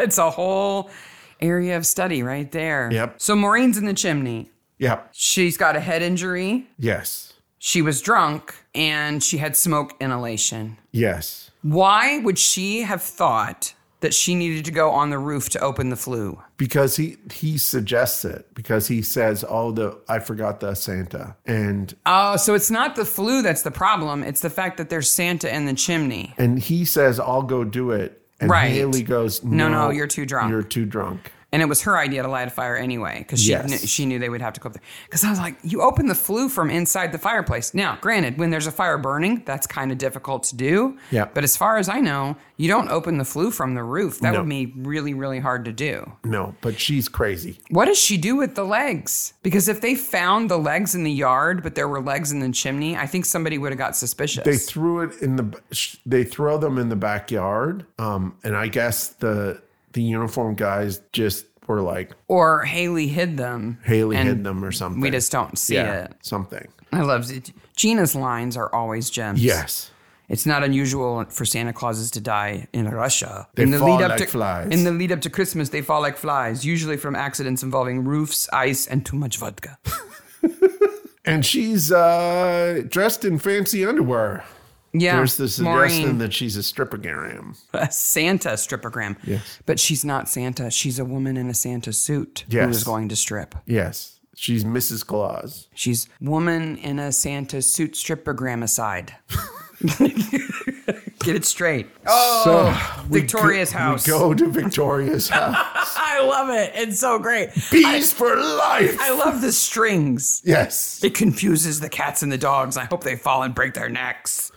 S1: It's a whole area of study right there.
S2: Yep.
S1: So Maureen's in the chimney.
S2: Yep.
S1: She's got a head injury.
S2: Yes.
S1: She was drunk and she had smoke inhalation.
S2: Yes.
S1: Why would she have thought that she needed to go on the roof to open the flue?
S2: because he he suggests it because he says oh the i forgot the santa and
S1: Oh, so it's not the flu that's the problem. It's the fact that there's Santa in the chimney.
S2: and he says i'll go do it and
S1: Right.
S2: haley goes no,
S1: no, you're too drunk."
S2: you're too drunk
S1: And it was her idea to light a fire anyway, because she
S2: Yes.
S1: knew, she knew they would have to go up there. Because I was like, you open the flue from inside the fireplace. Now, granted, when there's a fire burning, that's kind of difficult to do.
S2: Yeah.
S1: But as far as I know, you don't open the flue from the roof. That
S2: No.
S1: would be really, really hard to do.
S2: no but she's crazy
S1: What does she do with the legs? Because if they found the legs in the yard, but there were legs in the chimney, I think somebody would have got suspicious.
S2: they threw it in the sh- they throw them in the backyard um and i guess the the uniform guys just were like
S1: or Haley hid them.
S2: haley
S1: and
S2: hid them or something
S1: We just don't see
S2: yeah
S1: it.
S2: something
S1: I love it. Gina's lines are always gems.
S2: yes
S1: It's not unusual for Santa Clauses to die in Russia.
S2: They
S1: in the
S2: fall
S1: lead up
S2: like
S1: to,
S2: flies.
S1: In the lead up to Christmas, they fall like flies, usually from accidents involving roofs, ice, and too much vodka.
S2: and she's uh dressed in fancy underwear
S1: Yeah,
S2: There's the suggestion
S1: Maureen,
S2: that she's a stripogram.
S1: a Santa strippogram.
S2: Yes.
S1: but she's not Santa. She's a woman in a Santa suit who
S2: Yes.
S1: is going to strip.
S2: Yes. She's Mrs. Claus.
S1: She's woman in a Santa suit strippogram aside. Get it straight. Oh,
S2: we
S1: Victoria's
S2: go-
S1: house.
S2: We go to Victoria's house.
S1: I love it. It's so great.
S2: Bees for life.
S1: I love the strings.
S2: yes.
S1: It confuses the cats and the dogs. I hope they fall and break their necks.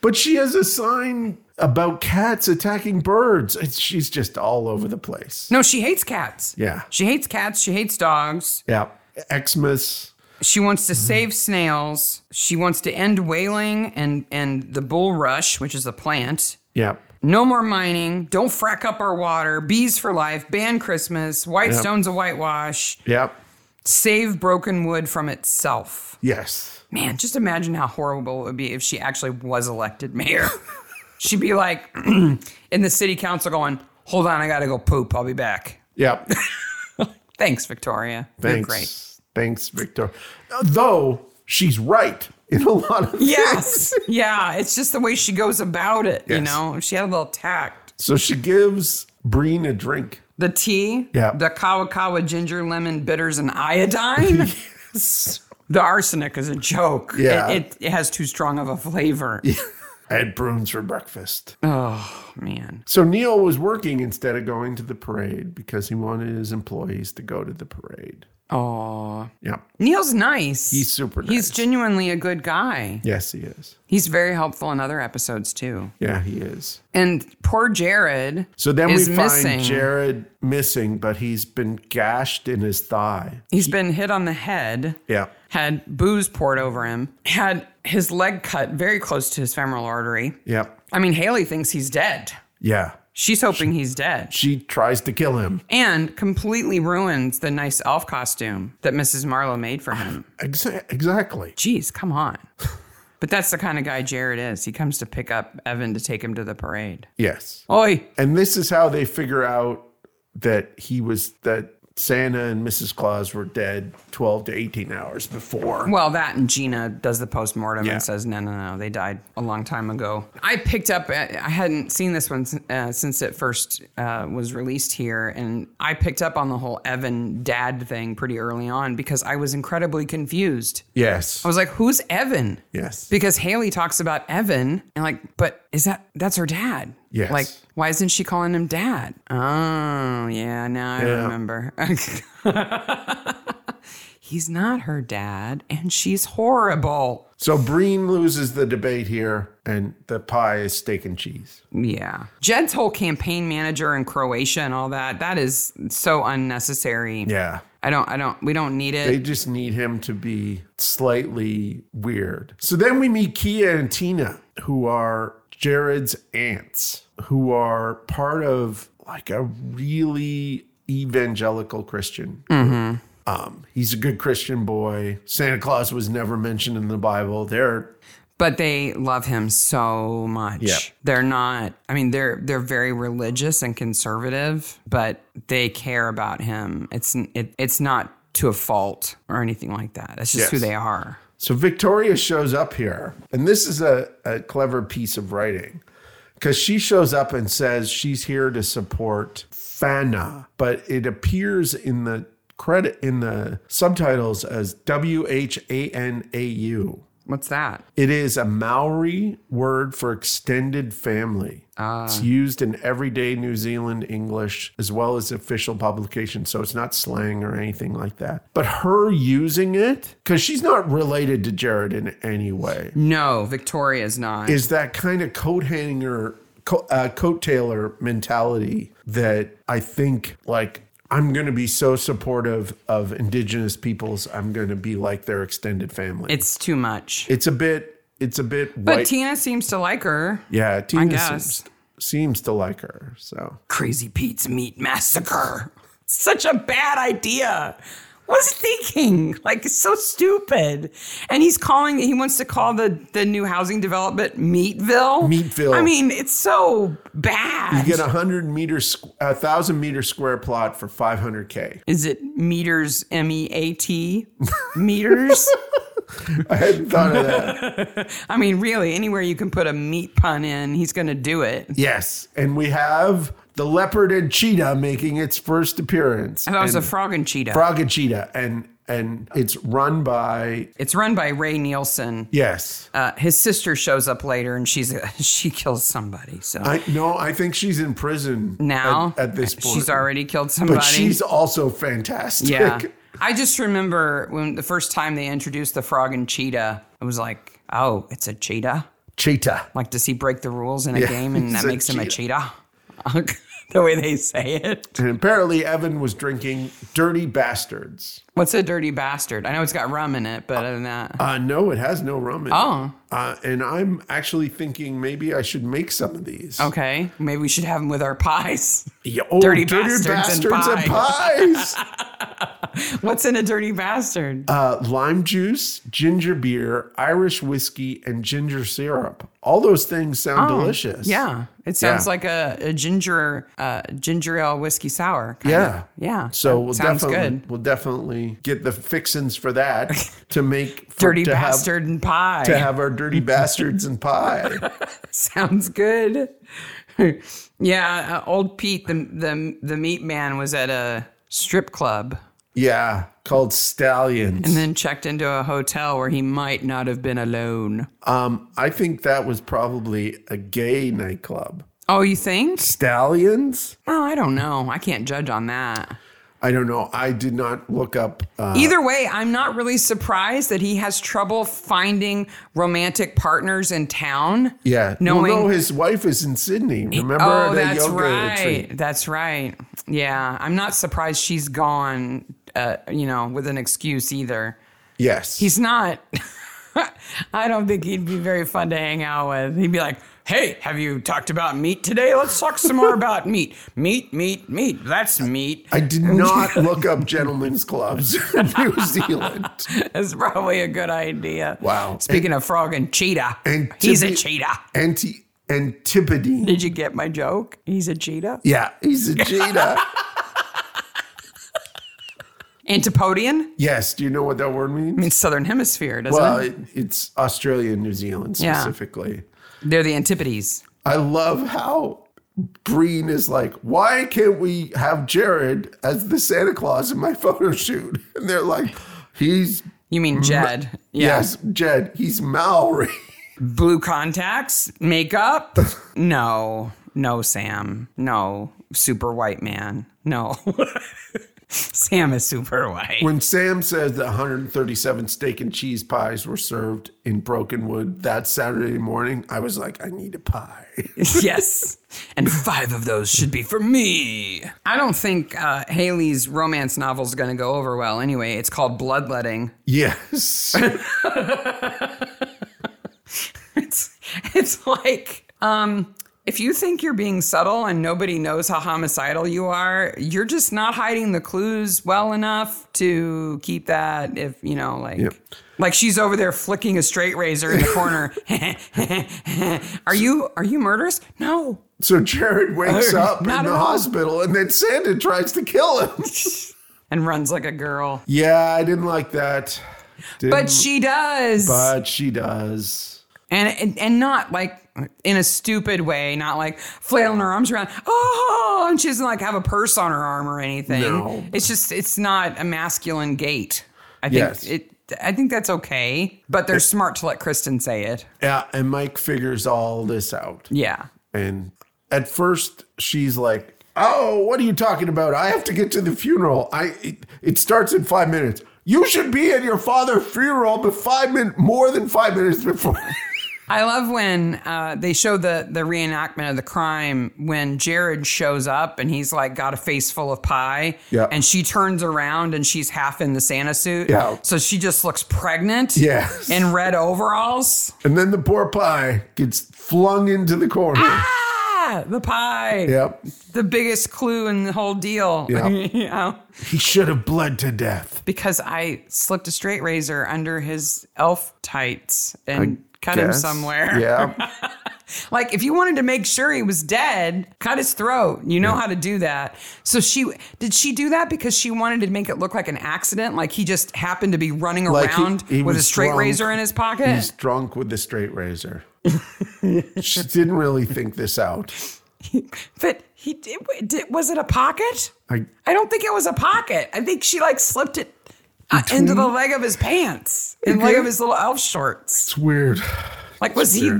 S2: But she has a sign about cats attacking birds. It's, she's just all over the place.
S1: No, she hates cats.
S2: Yeah.
S1: She hates cats. She hates dogs.
S2: Yeah. Xmas.
S1: She wants to save snails. She wants to end whaling and, and the bulrush, which is a plant.
S2: Yeah.
S1: No more mining. Don't frack up our water. Bees for life. Ban Christmas. White
S2: Yep.
S1: stones a whitewash.
S2: Yeah.
S1: Save broken wood from itself.
S2: Yes.
S1: Man, just imagine how horrible it would be if she actually was elected mayor. She'd be like in the city council going, hold on, I gotta go poop. I'll be back.
S2: Yeah.
S1: Thanks, Victoria. You're
S2: Thanks.
S1: great.
S2: Thanks, Victor. Though she's right in a lot of
S1: Yes. yeah. It's just the way she goes about it, you
S2: Yes.
S1: know? She had a little tact.
S2: So she gives Breen a drink.
S1: The tea,
S2: Yeah.
S1: the kawakawa ginger lemon bitters and iodine. The arsenic is a joke.
S2: Yeah.
S1: It, it, it has too strong of a flavor.
S2: I had prunes for breakfast.
S1: Oh, man.
S2: So Neil was working instead of going to the parade because he wanted his employees to go to the parade.
S1: Oh,
S2: Yeah.
S1: Neil's nice.
S2: He's super nice.
S1: He's genuinely a good guy.
S2: Yes, he is.
S1: He's very helpful in other episodes too.
S2: Yeah, he is.
S1: And poor Jared.
S2: So then we
S1: is
S2: find
S1: missing.
S2: Jared missing, but he's been gashed in his thigh.
S1: He's been hit on the head.
S2: Yeah.
S1: Had booze poured over him. Had his leg cut very close to his femoral artery.
S2: Yeah.
S1: I mean, Haley thinks he's dead.
S2: Yeah.
S1: She's hoping he's dead.
S2: She tries to kill him.
S1: And completely ruins the nice elf costume that Mrs. Marlowe made for him.
S2: Exa- exactly.
S1: Jeez, come on. But that's the kind of guy Jared is. He comes to pick up Evan to take him to the parade.
S2: Yes.
S1: Oi,
S2: And this is how they figure out that he was that Santa and Mrs. Claus were dead 12 to 18 hours before.
S1: Well, that and Gina does the postmortem
S2: Yeah.
S1: and says, no, no, no, they died a long time ago. I picked up, uh, I hadn't seen this one uh, since it first uh, was released here, and I picked up on the whole Evan dad thing pretty early on because I was incredibly confused.
S2: yes.
S1: I was like, who's Evan?
S2: Yes.
S1: Because Haley talks about Evan and like, but is that that's her dad?
S2: Yes.
S1: Like, why isn't she calling him dad? Oh, yeah, now I
S2: Yeah.
S1: remember. He's not her dad, and she's horrible.
S2: So Breen loses the debate here, and the pie is steak and cheese.
S1: Yeah. Jed's whole campaign manager in Croatia and all that, that is so unnecessary.
S2: Yeah.
S1: I don't I don't we don't need it.
S2: They just need him to be slightly weird. So then we meet Kia and Tina, who are Jared's aunts, who are part of like a really evangelical Christian. Um, he's a good Christian boy. Santa Claus was never mentioned in the Bible. They're
S1: but they love him so much.
S2: Yeah.
S1: They're not I mean they're they're very religious and conservative, but they care about him. It's it, it's not to a fault or anything like that. That's just
S2: Yes.
S1: who they are.
S2: So Victoria shows up here, and this is a, a clever piece of writing because she shows up and says she's here to support Fana, but it appears in the credit in the subtitles as W H A N A U.
S1: What's that?
S2: It is a Maori word for extended family. it's used in everyday New Zealand English as well as official publications, so it's not slang or anything like that. But her using it, because she's not related to Jared in any way,
S1: No, Victoria's not.
S2: is that kind of coat hanger, co- uh, coat tailor mentality that I think like. I'm going to be so supportive of indigenous peoples. I'm going to be like their extended family.
S1: it's too much.
S2: It's a bit. It's a bit
S1: but
S2: white.
S1: Tina seems to like her.
S2: yeah, Tina
S1: guess.
S2: seems, seems to like her. So
S1: Crazy Pete's meat massacre. Such a bad idea. Was thinking like it's so stupid, and he's calling. He wants to call the the new housing development Meatville.
S2: Meatville.
S1: I mean, it's so bad.
S2: you get a hundred meter, squ- a thousand meter square plot for five hundred k.
S1: Is it meters? M E A T meters.
S2: I hadn't thought of that.
S1: I mean, really, anywhere you can put a meat pun in, he's going to do it.
S2: yes, and we have the leopard and cheetah making its first appearance.
S1: I thought it was a frog and cheetah.
S2: Frog and cheetah, and and it's run by
S1: it's run by Ray Nielsen.
S2: yes.
S1: Uh, his sister shows up later, and she's she kills somebody. So
S2: I no, I think she's in prison
S1: now
S2: At, at this point,
S1: she's already killed somebody
S2: But she's also fantastic.
S1: yeah i just remember when the first time they introduced the frog and cheetah i was like oh it's a cheetah
S2: cheetah.
S1: like does he break the rules in a
S2: Yeah,
S1: game and
S2: he's
S1: that
S2: a
S1: makes him a cheetah the way they say it
S2: And apparently, Evan was drinking Dirty Bastards.
S1: what's a dirty bastard i know it's got rum in it but other than that
S2: Uh, no, it has no rum in it.
S1: Oh.
S2: Uh, and I'm actually thinking maybe I should make some of these.
S1: okay maybe we should have them with our pies
S2: Yeah, oh,
S1: Oh, Dirty Bastards and
S2: pies.
S1: what's in a dirty bastard
S2: uh, lime juice, ginger beer, Irish whiskey, and ginger syrup. All those things sound delicious.
S1: Oh, yeah it sounds
S2: yeah.
S1: like a, a ginger uh, ginger ale whiskey sour kinda.
S2: Yeah.
S1: yeah
S2: So
S1: that
S2: we'll
S1: sounds
S2: definitely
S1: good
S2: we'll definitely get the fixins for that to make for-
S1: dirty
S2: to have-
S1: bastard and pie.
S2: to have our dirty bastards and pie.
S1: Sounds good. yeah, uh, old Pete, the the the meat man, was at a strip club
S2: Yeah, called stallions.
S1: and then checked into a hotel where he might not have been alone.
S2: Um, I think that was probably a gay nightclub.
S1: Oh, you think?
S2: Stallions?
S1: Oh, I don't know. I can't judge on that.
S2: I don't know. I did not look up. Uh,
S1: Either way, I'm not really surprised that he has trouble finding romantic partners in town.
S2: yeah,
S1: knowing.
S2: Well, no, his wife is in Sydney. Remember at
S1: oh,
S2: a
S1: that's
S2: yoga
S1: right.
S2: retreat.
S1: That's right. Yeah, I'm not surprised she's gone. Uh, you know, with an excuse either.
S2: Yes,
S1: He's not. I don't think he'd be very fun to hang out with. He'd be like, "Hey, have you talked about meat today? Let's talk some more about meat. Meat, meat, meat. That's meat."
S2: I did not look up gentlemen's clubs in New Zealand.
S1: That's probably a good idea.
S2: Wow.
S1: Speaking of frog and cheetah,
S2: And to
S1: he's a
S2: be-
S1: cheetah.
S2: Anti antipode.
S1: Did you get my joke? He's a cheetah.
S2: Yeah, he's a cheetah.
S1: Antipodean?
S2: yes, do you know what that word means?
S1: It's Southern Hemisphere, doesn't
S2: Well,
S1: it?
S2: it, it's Australia and New Zealand
S1: Yeah.
S2: specifically.
S1: They're the antipodes.
S2: I love how Breen is like, why can't we have Jared as the Santa Claus in my photo shoot? And they're like, he's,
S1: You mean Jed? Yeah.
S2: yes, Jed, he's Maori.
S1: Blue contacts, makeup? no. No, Sam. No. Super white man. No. Sam is super white.
S2: When Sam says that 137 steak and cheese pies were served in Brokenwood that Saturday morning, I was like, I need a pie.
S1: yes. And five of those should be for me. I don't think uh, Haley's romance novel's going to go over well anyway. It's called Bloodletting.
S2: Yes.
S1: It's, it's like, um, if you think you're being subtle and nobody knows how homicidal you are, you're just not hiding the clues well enough to keep that. If you know, like,
S2: Yep.
S1: like she's over there flicking a straight razor in the corner. are you are you murderous? No,
S2: so Jared wakes
S1: Uh,
S2: up in
S1: not
S2: the
S1: at all.
S2: hospital and then Santa tries to kill him.
S1: and runs like a girl.
S2: yeah, I didn't like that. Didn't-
S1: But she does.
S2: but she does.
S1: and, and and not like in a stupid way, not like flailing her arms around. Oh, and she doesn't like have a purse on her arm or anything.
S2: No.
S1: It's just it's not a masculine gait. I think
S2: Yes.
S1: it. I think that's okay, but they're smart to let Kristen say it.
S2: Yeah, and Mike figures all this out.
S1: Yeah.
S2: And at first, she's like, "Oh, what are you talking about? I have to get to the funeral. I it, it starts in five minutes. You should be at your father's funeral, but five min more than five minutes before."
S1: I love when uh, they show the the reenactment of the crime when Jared shows up and he's like got a face full of pie.
S2: Yeah.
S1: And she turns around and she's half in the Santa suit.
S2: Yeah.
S1: So she just looks pregnant.
S2: Yes.
S1: In red overalls.
S2: and then the poor pie gets flung into the corner.
S1: Ah, the pie.
S2: Yep,
S1: The biggest clue in the whole deal.
S2: Yeah.
S1: you know?
S2: he should have bled to death.
S1: Because I slipped a straight razor under his elf tights and cut him
S2: Yes.
S1: somewhere.
S2: Yeah,
S1: Like if you wanted to make sure he was dead, cut his throat. You know how to do that. So she did she do that because she wanted to make it look like an accident, like he just happened to be running
S2: Like he-
S1: around
S2: he
S1: with a
S2: was
S1: straight
S2: drunk.
S1: razor in his pocket.
S2: he's drunk with the straight razor. she didn't really think this out.
S1: But he did, did. Was it a pocket?
S2: I-
S1: I don't think it was a pocket. I think she like slipped it uh, into the leg of his pants and leg of his little elf shorts.
S2: It's weird.
S1: Like was he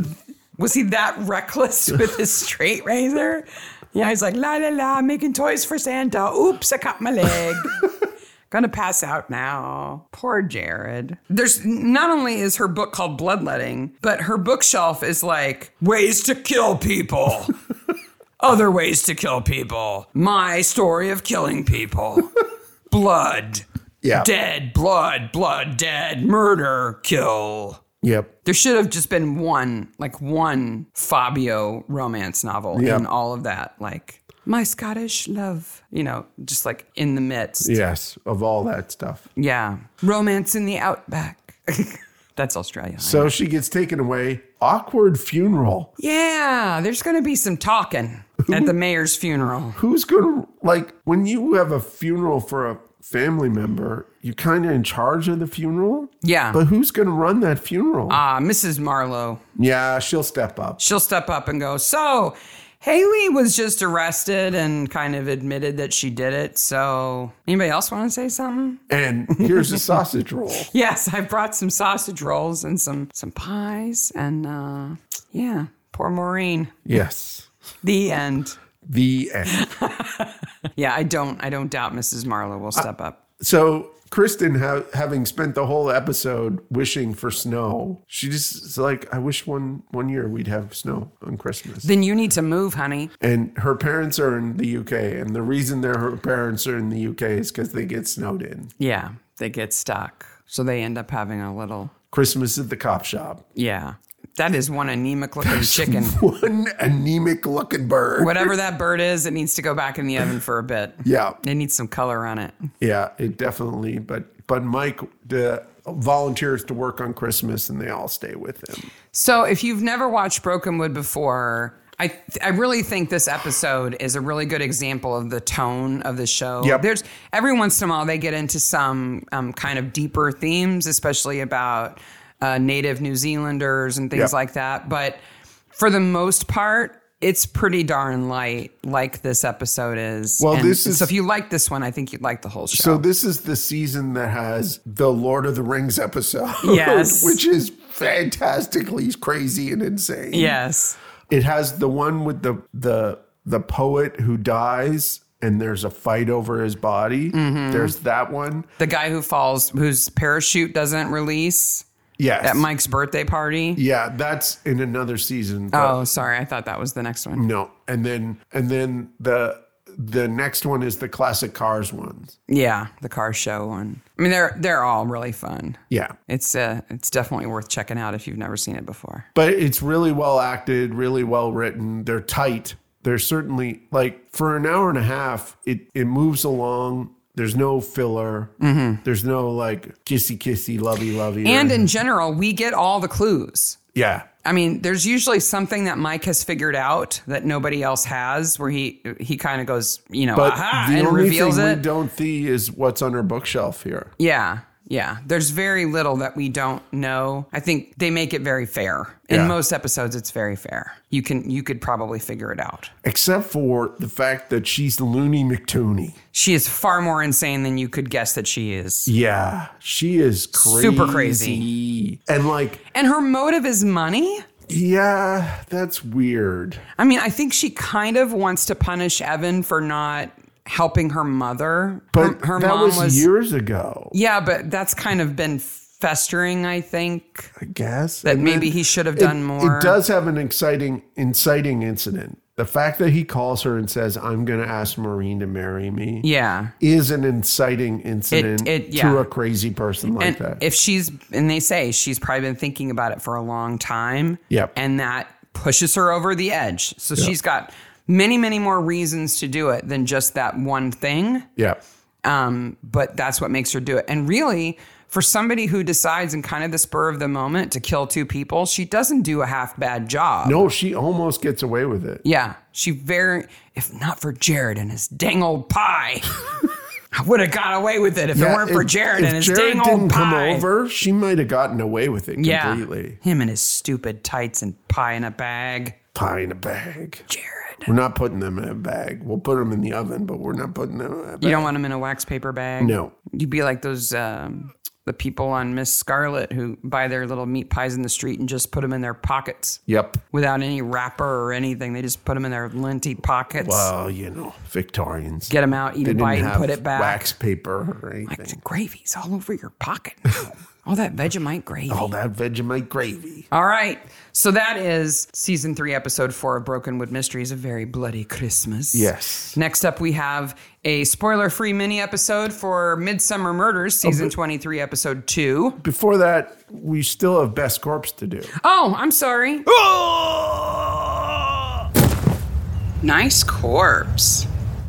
S1: was he that reckless with his straight razor? Yeah, he's like la la la, making toys for Santa. Oops, I cut my leg. Gonna pass out now. Poor Jared. There's not only is her book called Bloodletting, but her bookshelf is like ways to kill people. Other ways to kill people. My story of killing people. blood.
S2: Yeah.
S1: Dead, blood, blood, dead, murder, kill.
S2: Yep.
S1: There should have just been one, like one Fabio romance novel
S2: Yeah.
S1: in all of that. Like, my Scottish love, you know, just like in the midst. Yeah.
S2: Yes, of all that stuff.
S1: Romance in the outback. That's Australia.
S2: So she gets taken away. Awkward funeral.
S1: yeah, there's going to be some talking at the mayor's funeral.
S2: Who's gonna like when you have a funeral for a family member? You're kind of in charge of the funeral.
S1: Yeah.
S2: But who's gonna run that funeral?
S1: Uh, Mrs. Marlowe.
S2: yeah, she'll step up.
S1: she'll step up and go, So Haley was just arrested and kind of admitted that she did it. So anybody else want to say something?
S2: And here's a sausage roll.
S1: Yes, I brought some sausage rolls and some some pies and uh yeah, poor Maureen.
S2: Yes.
S1: The end.
S2: The end.
S1: Yeah, I don't. I don't doubt Mrs. Marlowe will step up.
S2: So Kristen, ha- having spent the whole episode wishing for snow, she just is like, I wish one one year we'd have snow on Christmas.
S1: Then you need to move, honey.
S2: and her parents are in the UK, and the reason their her parents are in the UK is because they get snowed in.
S1: Yeah, they get stuck, so they end up having a little.
S2: Christmas at the cop shop.
S1: Yeah, that is one anemic looking chicken.
S2: One anemic looking bird.
S1: Whatever that bird is, it needs to go back in the oven for a bit.
S2: Yeah,
S1: It needs some color on it.
S2: yeah, it definitely. But but Mike the volunteers to work on Christmas, and they all stay with him.
S1: So, if you've never watched Brokenwood before, I I really think this episode is a really good example of the tone of the show.
S2: Yep.
S1: There's every once in a while they get into some um, kind of deeper themes, especially about uh, Native New Zealanders and things
S2: Yep.
S1: like that. But for the most part. It's pretty darn light, like this episode is.
S2: Well,
S1: And
S2: this is-
S1: so. If you like this one, I think you'd like the whole show.
S2: So this is the season that has the Lord of the Rings episode,
S1: Yes.
S2: which is fantastically crazy and insane.
S1: yes,
S2: it has the one with the the the poet who dies, and there's a fight over his body.
S1: Mm-hmm.
S2: There's that one.
S1: the guy who falls, whose parachute doesn't release
S2: Yes,
S1: at Mike's birthday party.
S2: yeah, that's in another season. but
S1: Oh, sorry. I thought that was the next one.
S2: No, and then and then the the next one is the classic cars ones.
S1: Yeah, the car show one. I mean, they're they're all really fun.
S2: Yeah.
S1: It's uh, it's definitely worth checking out if you've never seen it before.
S2: but it's really well acted, really well written. They're tight. They're certainly like for an hour and a half, it it moves along. There's no filler. There's no like kissy kissy lovey lovey.
S1: Mm-hmm. And in general, we get all the clues.
S2: yeah,
S1: I mean, there's usually something that Mike has figured out that nobody else has, where he he kind of goes, you know,
S2: but
S1: aha,
S2: the
S1: and
S2: only
S1: reveals
S2: thing
S1: it.
S2: we don't see is what's on her bookshelf here.
S1: Yeah. Yeah. There's very little that we don't know. I think they make it very fair. In
S2: Yeah.
S1: most episodes it's very fair. You can you could probably figure it out.
S2: Except for the fact that she's Looney McTooney.
S1: She is far more insane than you could guess that she is.
S2: Yeah, she is crazy.
S1: Super
S2: And like,
S1: And her motive is money?
S2: yeah, that's weird.
S1: I mean, I think she kind of wants to punish Evan for not helping her mother.
S2: But
S1: her, her
S2: that
S1: mom
S2: was,
S1: was,
S2: years ago,
S1: Yeah, but that's kind of been festering, I think.
S2: I guess.
S1: That
S2: And
S1: maybe
S2: then-
S1: he should have
S2: It-
S1: done more.
S2: It does have an exciting, inciting incident. The fact that he calls her and says, "I'm going to ask Maureen to marry me,"
S1: Yeah.
S2: is an inciting incident
S1: it- yeah.
S2: to a crazy person like
S1: and
S2: that.
S1: if she's and they say she's probably been thinking about it for a long time
S2: Yep.
S1: and that pushes her over the edge so she's got many many more reasons to do it than just that one thing
S2: yeah,
S1: um, but that's what makes her do it and really for somebody who decides in kind of the spur of the moment to kill two people she doesn't do a half bad job
S2: no, she almost gets away with it.
S1: yeah she very if not for jared and his dang old pie I would have got away with it if it
S2: Yeah,
S1: weren't for
S2: if-
S1: Jared
S2: if
S1: and his
S2: Jared
S1: dang old
S2: didn't
S1: pie.
S2: come over, she might have gotten away with it completely.
S1: Him and his stupid tights and pie in a bag.
S2: Pie in a bag.
S1: Jared.
S2: We're not putting them in a bag. We'll put them in the oven, but we're not putting them in a
S1: You
S2: bag.
S1: don't want him in a wax paper bag.
S2: No.
S1: You'd be like those um, the people on Miss Scarlet who buy their little meat pies in the street and just put them in their pockets
S2: Yep.
S1: without any wrapper or anything. They just put them in their linty pockets.
S2: Well, you know, Victorians.
S1: Get them out, eat
S2: They
S1: a
S2: didn't
S1: bite, and
S2: have
S1: put it back.
S2: Wax paper or anything.
S1: The gravy's all over your pocket. now. all that Vegemite gravy.
S2: All that Vegemite gravy.
S1: All right. So that is season three, episode four of Brokenwood Mysteries, A Very Bloody Christmas.
S2: Yes.
S1: Next up, we have a spoiler free mini episode for Midsummer Murders, season 23, episode two.
S2: Before that, we still have best corpse to do.
S1: Oh, I'm sorry. Nice corpse.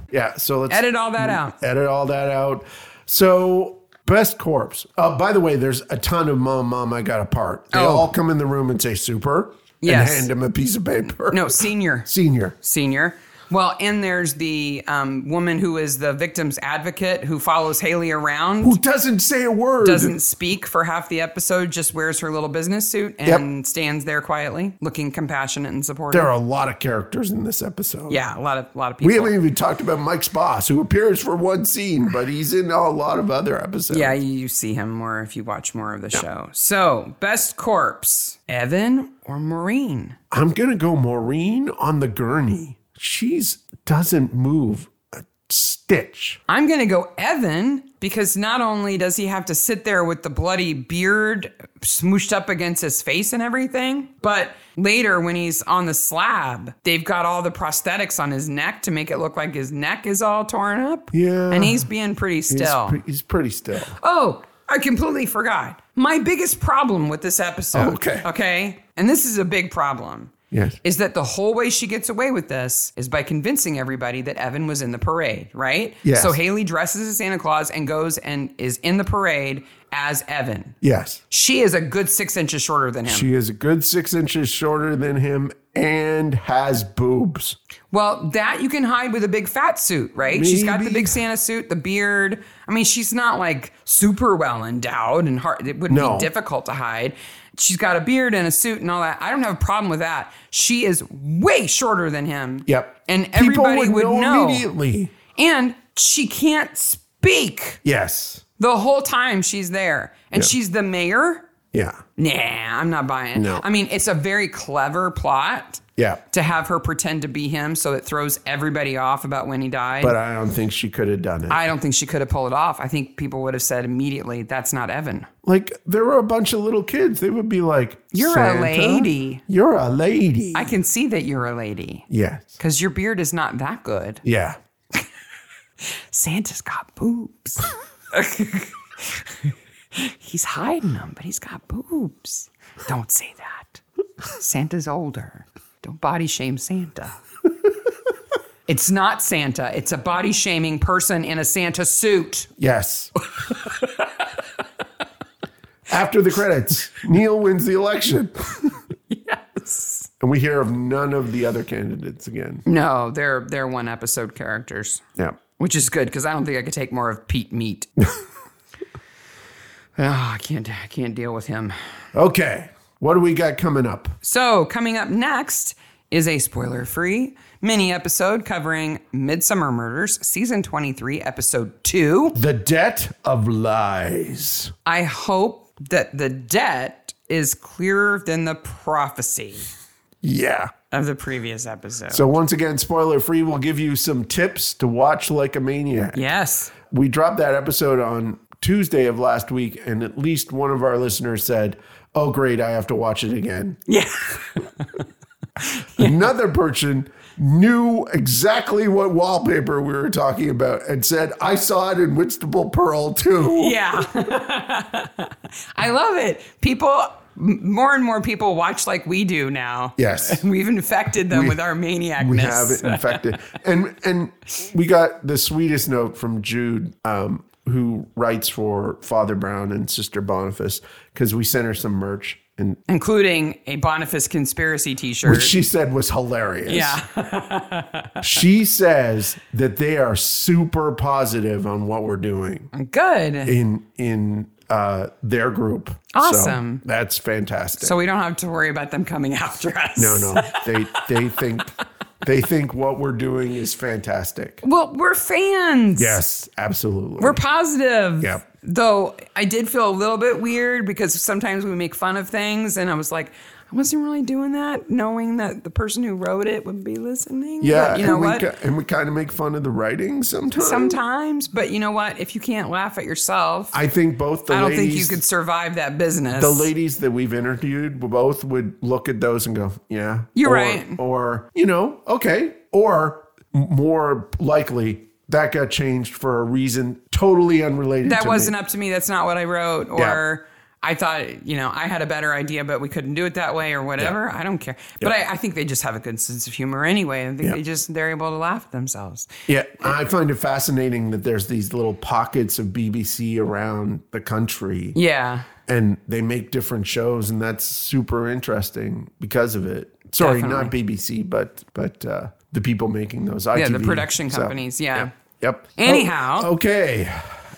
S2: Yeah, so let's
S1: Edit all that out.
S2: edit all that out. So best corpse. Uh, by the way, there's a ton of mom, mom, I got a part. They
S1: Oh.
S2: all come in the room and say super.
S1: Yes.
S2: And hand him a piece of paper.
S1: No, senior.
S2: Senior.
S1: Senior. Well, and there's the um, woman who is the victim's advocate who follows Haley around.
S2: Who doesn't say a word?
S1: doesn't speak for half the episode, just wears her little business suit and stands there quietly, looking compassionate and supportive.
S2: There are a lot of characters in this episode.
S1: yeah, a lot of lot of
S2: We
S1: people.
S2: haven't even talked about Mike's boss, who appears for one scene, but he's in a lot of other episodes.
S1: yeah, you you see him more if you watch more of the show. So, best corpse, Evan or Maureen?
S2: I'm gonna go Maureen on the gurney. She's doesn't move a stitch.
S1: I'm going to go Evan because not only does he have to sit there with the bloody beard smooshed up against his face and everything, but later when he's on the slab, they've got all the prosthetics on his neck to make it look like his neck is all torn up.
S2: Yeah.
S1: And he's being pretty
S2: He's,
S1: still.
S2: pre- he's pretty still.
S1: Oh, I completely forgot. My biggest problem with this episode.
S2: Okay.
S1: Okay. And this is a big problem.
S2: Yes.
S1: Is that the whole way she gets away with this is by convincing everybody that Evan was in the parade, right?
S2: Yes.
S1: So Haley dresses as Santa Claus and goes and is in the parade as Evan.
S2: Yes.
S1: She is a good six inches shorter than him.
S2: She is a good six inches shorter than him and has boobs.
S1: well, that you can hide with a big fat suit, right? She's got the
S2: Maybe.
S1: big Santa suit, the beard. I mean, she's not like super well endowed and hard. It would
S2: No.
S1: be difficult to hide. She's got a beard and a suit and all that. I don't have a problem with that. She is way shorter than him.
S2: Yep.
S1: And
S2: People
S1: everybody would, know.
S2: immediately.
S1: And she can't speak
S2: Yes.
S1: the whole time she's there. And
S2: Yeah.
S1: she's the mayor?
S2: Yeah.
S1: Nah, I'm not buying.
S2: No.
S1: I mean, it's a very clever plot
S2: Yeah.
S1: to have her pretend to be him so it throws everybody off about when he died.
S2: But I don't think she could have done it.
S1: I don't think she could have pulled it off. I think people would have said immediately, that's not Evan.
S2: like there were a bunch of little kids. They would be like,
S1: You're a
S2: "Santa?
S1: lady."
S2: You're a lady."
S1: I can see that you're a lady
S2: yes.
S1: because your beard is not that good.
S2: Yeah.
S1: Santa's got boobs. he's hiding them, but he's got boobs. Don't say that. Santa's older. Don't body shame Santa. It's not Santa. It's a body shaming person in a Santa suit.
S2: Yes. After the credits, Neil wins the election.
S1: Yes.
S2: And we hear of none of the other candidates again.
S1: No, they're they're one episode characters,
S2: Yeah.
S1: which is good because I don't think I could take more of Pete Meat. Ah, I can't I can't deal with him.
S2: Okay. What do we got coming up?
S1: So, coming up next is a spoiler free mini episode covering Midsummer Murders, Season 23, Episode 2.
S2: The debt of lies.
S1: I hope that the debt is clearer than the prophecy
S2: Yeah.
S1: of the previous episode.
S2: So once again, spoiler free, we'll give you some tips to watch like a maniac.
S1: yes.
S2: We dropped that episode on Tuesday of last week, and at least one of our listeners said, Oh, great, I have to watch it again.
S1: Yeah.
S2: Another person knew exactly what wallpaper we were talking about and said, I saw it in Whitstable Pearl too.
S1: Yeah. I love it. People, m- more and more people watch like we do now.
S2: Yes.
S1: We've infected them
S2: We-
S1: with our maniacness.
S2: We have it infected. and and we got the sweetest note from Jude, um, who writes for Father Brown and Sister Boniface, because we sent her some merch and
S1: Including a Boniface conspiracy t shirt.
S2: which she said was hilarious.
S1: yeah.
S2: she says that they are super positive on what we're doing
S1: Good.
S2: in in uh, their group. So
S1: Awesome.
S2: that's fantastic.
S1: So we don't have to worry about them coming after us.
S2: no, no, they they think they think what we're doing is fantastic.
S1: Well, we're fans.
S2: Yes, absolutely.
S1: We're positive.
S2: Yep.
S1: Though I did feel a little bit weird because sometimes we make fun of things and I was like, I wasn't really doing that, knowing that the person who wrote it would be listening.
S2: yeah,
S1: But you know
S2: and, we,
S1: what?
S2: ki- and we kind of make fun of the writing sometimes.
S1: Sometimes, but you know what? If you can't laugh at yourself, I,
S2: I think both the
S1: don't
S2: ladies,
S1: think you could survive that business.
S2: the ladies that we've interviewed both would look at those and go, yeah.
S1: You're
S2: or,
S1: right.
S2: Or, you know, okay. Or m- more likely, that got changed for a reason totally unrelated
S1: that
S2: to
S1: wasn't
S2: me.
S1: up to me. That's not what I wrote. Or I thought, you know, I had a better idea, but we couldn't do it that way or whatever. I don't care. But I, I think they just have a good sense of humor anyway. I think they just, they're able to laugh at themselves.
S2: Yeah, I find it fascinating that there's these little pockets of BBC around the country
S1: Yeah.
S2: and they make different shows and that's super interesting because of it. Sorry, not BBC, but but uh, the people making those ITV.
S1: Yeah. The production
S2: So,
S1: companies. yeah.
S2: Yep.
S1: Anyhow.
S2: Oh, okay.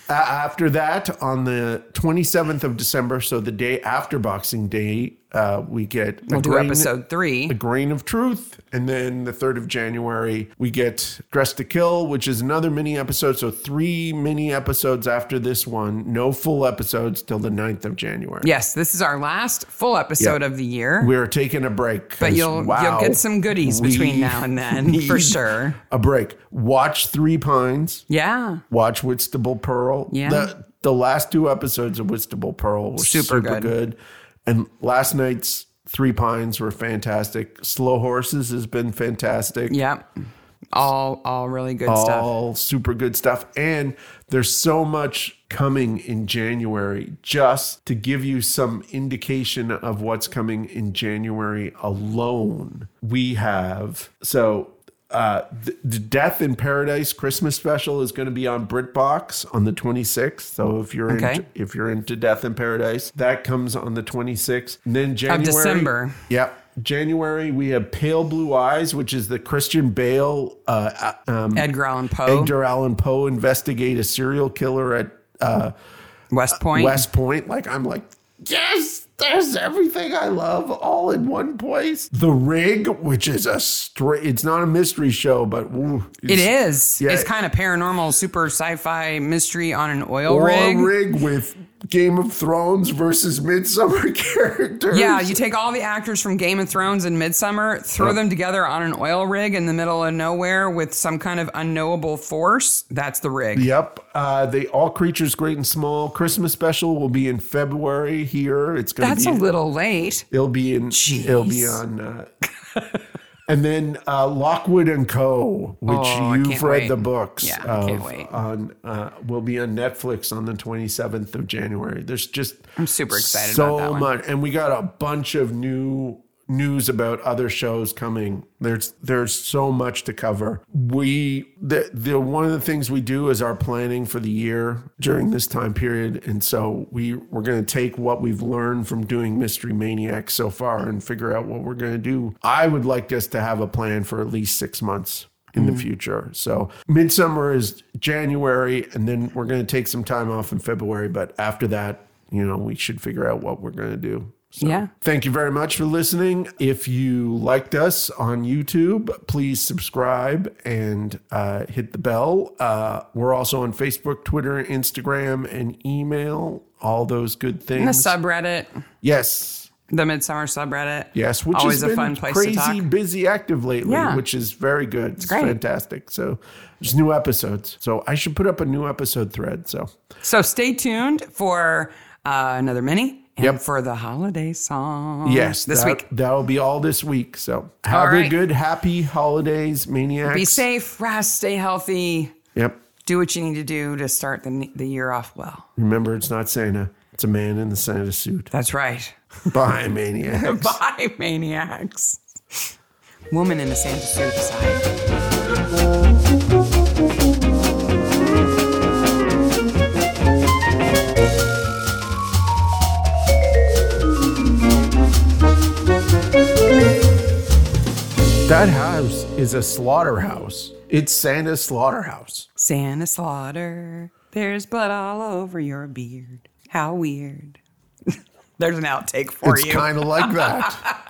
S2: A- after that, on the 27th of December, so the day after Boxing Day, uh, we get
S1: We'll
S2: a
S1: do
S2: grain-
S1: episode
S2: a
S1: three.
S2: grain of truth and then the 3rd of january we get dressed to kill which is another mini episode so three mini episodes after this one no full episodes till the 9th of january
S1: Yes, this is our last full episode of the year.
S2: we're taking a break 'cause,
S1: But you'll- you'll get some goodies between
S2: we
S1: now and then, for
S2: need
S1: sure.
S2: a break watch three pines
S1: yeah.
S2: watch Whitstable Pearl.
S1: Yeah.
S2: The, the last two episodes of Whitstable Pearl were super,
S1: Super
S2: good.
S1: good.
S2: And last night's Three Pines were fantastic. Slow Horses has been fantastic.
S1: Yep. All all really
S2: Um,
S1: good stuff.
S2: All super good stuff. And there's so much coming in January. Just to give you some indication of what's coming in January alone, we have so uh, the, the Death in Paradise Christmas special is going to be on BritBox on the 26th. So if you're
S1: Okay.
S2: into, if you're into Death in Paradise, that comes on the 26th. And then January
S1: December.
S2: Yep. January, we have Pale Blue Eyes, which is the Christian Bale uh, uh, um,
S1: Edgar Allan Poe,
S2: Edgar Allan Poe investigate a serial killer at uh,
S1: West Point.
S2: West Point. Like I'm like, yes, there's everything I love all in one place. The Rig, which is a straight, it's not a mystery show, but ooh,
S1: it is.
S2: Yeah.
S1: It's kind of paranormal, super sci-fi mystery on an oil
S2: Or a
S1: rig.
S2: rig with Game of Thrones versus Midsummer characters.
S1: Yeah, you take all the actors from Game of Thrones and Midsummer, throw them together on an oil rig in the middle of nowhere with some kind of unknowable force. That's the rig.
S2: Yep. Uh, they all creatures great and small Christmas special will be in February here. It's gonna
S1: That's
S2: be
S1: a little late.
S2: it'll be in it'll be
S1: Jeez.
S2: on uh, and then uh, Lockwood and Co, which
S1: Oh, I
S2: you've
S1: can't
S2: read
S1: wait.
S2: the books
S1: Yeah, I
S2: of
S1: can't wait.
S2: on uh, will be on Netflix on the 27th of January. There's just
S1: I'm super excited
S2: so
S1: about that one.
S2: much, and we got a bunch of new news about other shows coming. There's there's so much to cover. We the, the one of the things we do is our planning for the year during this time period, and so we we're going to take what we've learned from doing Mystery Maniac so far and figure out what we're going to do. I would like us to have a plan for at least six months. In the future. So, midsummer is January, and then we're going to take some time off in February. But after that, you know, we should figure out what we're going to do. So,
S1: Yeah.
S2: Thank you very much for listening. If you liked us on YouTube, please subscribe and uh, hit the bell. Uh, we're also on Facebook, Twitter, Instagram, and email. All those good things.
S1: The subreddit,
S2: yes.
S1: the Midsummer subreddit.
S2: Yes, which
S1: always
S2: has been
S1: a fun place
S2: crazy
S1: to talk.
S2: busy active lately,
S1: Yeah.
S2: which is very good. It's,
S1: great.
S2: fantastic. So there's new episodes. So I should put up a new episode thread. So
S1: So stay tuned for uh, another mini and
S2: Yep.
S1: for the holiday song.
S2: Yes,
S1: this
S2: that,
S1: week.
S2: that'll be all this week. So have a
S1: right.
S2: good, happy holidays, maniacs.
S1: Be safe, rest, stay healthy,
S2: Yep.
S1: do what you need to do to start the, the year off well.
S2: Remember, it's not Santa; it's a man in the Santa suit.
S1: That's right.
S2: Bye, maniacs.
S1: Bye, maniacs. Woman in a Santa suit aside.
S2: That house is a slaughterhouse. It's Santa's slaughterhouse.
S1: Santa Slaughter, there's blood all over your beard. How weird. there's an outtake for
S2: It's
S1: you.
S2: kind of like that.